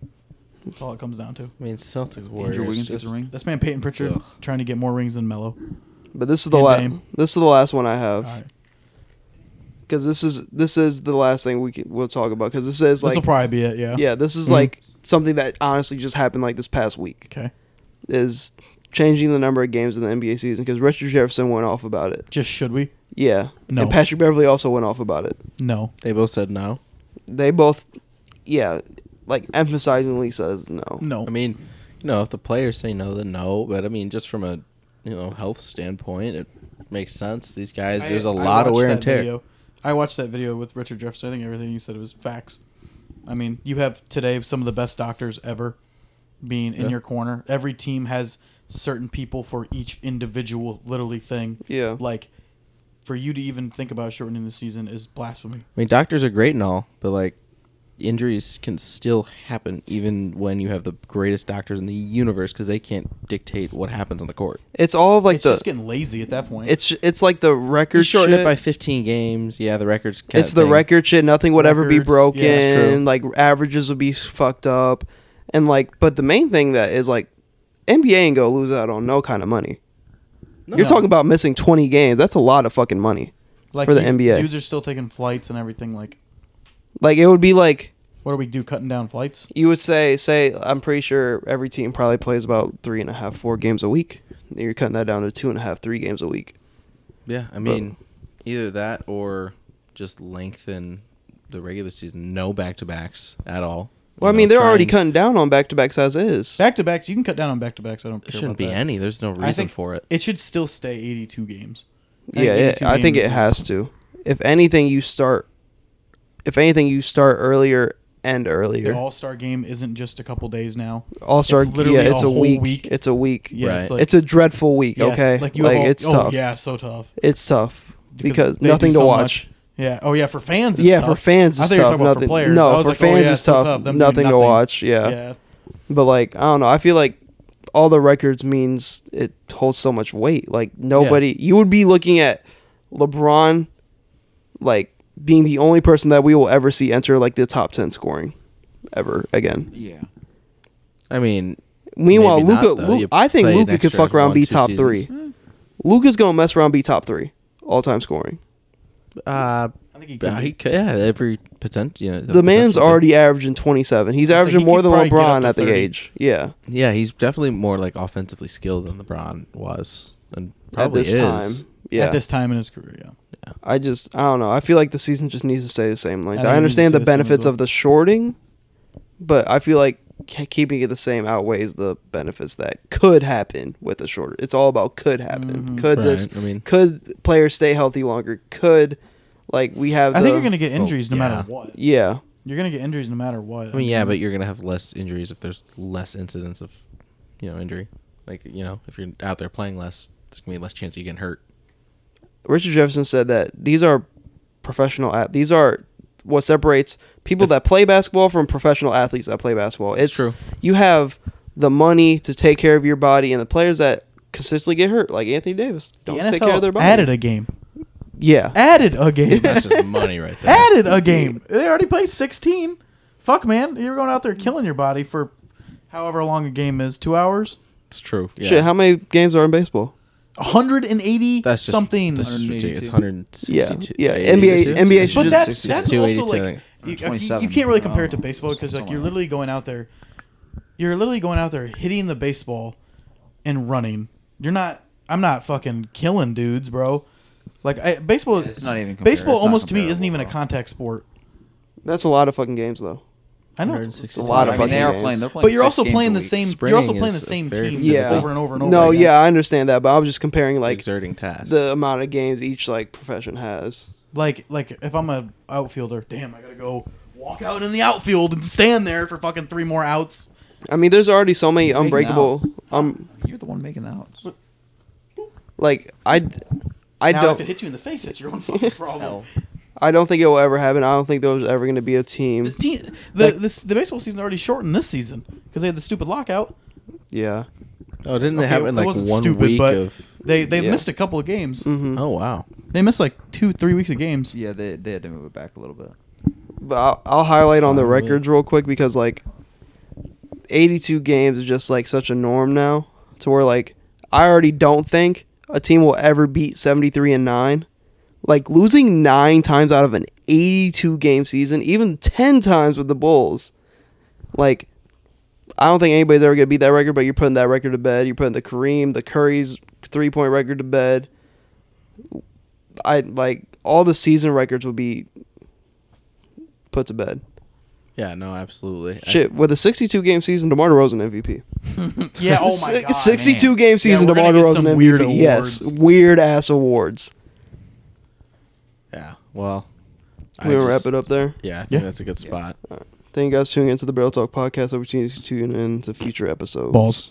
That's all it comes down to. I mean, Celtics Warriors. Andrew Wiggins gets just- a ring. This man Peyton Pritchard Ugh. trying to get more rings than Melo. But this is the Hey, last. Dame. This is the last one I All have right, because this is this is the last thing we can, we'll talk about because this is this will like probably be it. Yeah. Mm-hmm. yeah, this is Mhm. like something that honestly just happened like this past week Okay. is changing the number of games in the NBA season because Richard Jefferson went off about it. Just should we? Yeah, No. and Patrick Beverly also went off about it. No. They both said no. They both, yeah, like emphasizingly says no. No. I mean, you know, if the players say no, then no. But I mean, just from a you know health standpoint, it makes sense. These guys, I- there's a I lot of watched wear that and tear. Video. I watched that video with Richard Jefferson. I think everything you said was facts. I mean, you have today some of the best doctors ever being in Yeah. your corner. Every team has certain people for each individual literally thing. Yeah. Like for you to even think about shortening the season is blasphemy. I mean, doctors are great and all, but like injuries can still happen even when you have the greatest doctors in the universe because they can't dictate what happens on the court. It's all of, like it's the just getting lazy at that point. it's it's like the You record shorten shit. it by 15 games. Yeah, the records. kinda it's the thing. record shit. Nothing would ever be Records, broken. yeah. That's true. Like averages would be fucked up, and like but the main thing that is like NBA ain't gonna lose out on no kind of money. No. You're talking about missing 20 games. That's a lot of fucking money. like for the you- NBA. Dudes are still taking flights and everything like Like it would be like what do we do cutting down flights? you would say say I'm pretty sure every team probably plays about three and a half, four games a week. You're cutting that down to two and a half, three games a week. Yeah, I mean, either that or just lengthen the regular season. No back to backs at all. Well, You I mean, know, they're try already and- cutting down on back to backs as is. Back to backs, you can cut down on back to backs. I don't care. There shouldn't be about that. any. There's no I reason think for it. It should still stay 82 games. I yeah, it, 82 I think games it is- has to. If anything, you start. If anything, you start earlier and earlier. The All Star game isn't just a couple days now. All star. it's literally Yeah, it's a a, whole week. week. It's a week. Yeah, Right. it's like, it's a dreadful week. yeah, okay, like, like you have all- it's oh, tough. Yeah, so tough It's tough because, they nothing do to so watch. much. Yeah. Oh yeah, for fans. It's Yeah, tough. for fans, I it's thought you were tough. talking about for Nothing. players. I No, was for like, oh, fans, yeah, it's so tough, tough. them doing Nothing to nothing. watch. Yeah. yeah. but like I don't know. I feel like all the records means it holds so much weight. Like nobody, you would be looking at LeBron, like being the only person that we will ever see enter like the top ten scoring ever again. Yeah. I mean, Meanwhile, maybe not, Luca, though. You I think play an Luca could extra fuck around one, be two top seasons. three. Luca's gonna mess around be top three all time scoring. uh, I think he could. yeah, he could, yeah, every potential. You know, The man's potential. already averaging twenty seven. He's like, averaging he more could than probably get up LeBron to at the 30. age. Yeah. Yeah, he's definitely more like offensively skilled than LeBron was, and At probably this is. time. Yeah. At this time in his career, yeah. I just I don't know. I feel like the season just needs to stay the same I length. think I, it needs understand to the stay the same as benefits well. of the shorting, but I feel like ke- keeping it the same outweighs the benefits that could happen with a shorter. It's all about could happen. Mm-hmm. Could this? Right, I mean- could players stay healthy longer? Could like we have? I the, think you're gonna get injuries no yeah. matter what. Yeah, You're gonna get injuries no matter what. I mean, yeah, but you're gonna have less injuries if there's less incidents of, you know, injury. Like you know, if you're out there playing less, There's gonna be less chance of you getting hurt. Richard Jefferson said that these are professional at these are what separates people that play basketball from professional athletes that play basketball. It's, true. You have the money to take care of your body and the players that consistently get hurt, like Anthony Davis, don't the take care NFL of their body. added a game. yeah. Added a game. That's just money right there. added a game. They already played 16. Fuck, man. You're going out there killing your body for however long a game is. Two hours? It's true. Yeah. Shit, how many games are in baseball? 180 that's just, something. That's just ridiculous. It's 162. Yeah. Yeah. NBA NBA should but just that's, 62, that's also 82, I like you, you- you, 27. can't really compare it to No. baseball because like Something you're like literally going out there, you're literally going out there hitting the baseball and running. You're not. I'm not fucking killing dudes, bro. Like I, baseball, Yeah, it's not even compar- baseball. it's not almost to me isn't comparable, even a bro. contact sport. that's a lot of fucking games though. I know, it's- 162. a lot of I mean, they fucking are games. playing. They're playing. but you're six also games playing a the week. same. You're Sprinting also playing the is a same very team Yeah. over and over and over. No, again. yeah, I understand that, but I was just comparing like exerting task. the amount of games each like profession has. Like like if I'm a outfielder, damn, I gotta go walk out in the outfield and stand there for fucking three more outs. I mean, there's already so many Big unbreakable. mouth. Um, You're the one making the outs. like I, I now if don't. it hits you in the face, that's your own fucking problem. I don't think it will ever happen. I don't think there was ever going to be a the team. team, the, Like- this, the baseball season already shortened this season because they had the stupid lockout. Yeah. oh, didn't it Okay, happen it like wasn't one stupid, week but of? They they Yeah. missed a couple of games. hmm Oh wow. They missed like two three weeks of games. Yeah, they they had to move it back a little bit. But I'll, I'll highlight on the Fine, records real quick because like 82 games is just like such a norm now to where like I already don't think a team will ever beat 73 and 9. Like losing 9 times out of an 82 game season, even 10 times with the Bulls. Like I don't think anybody's ever going to beat that record, but you're putting that record to bed. You're putting the Kareem, the Curry's three-point record to bed. I like all the season records will be put to bed. Yeah. No. Absolutely. I- Shit, with a 62 game season, DeMar DeRozan MVP. yeah, oh my Si- god, 62 man. game season, we're DeMar gonna get DeRozan some MVP. weird yes, awards. weird ass awards. yeah. Well. I We're gonna just- wrap it up there. Yeah. I think Yeah. that's a good spot. Thank you guys for tuning into the Barrel Talk podcast. Hope you tune in to future episodes. balls.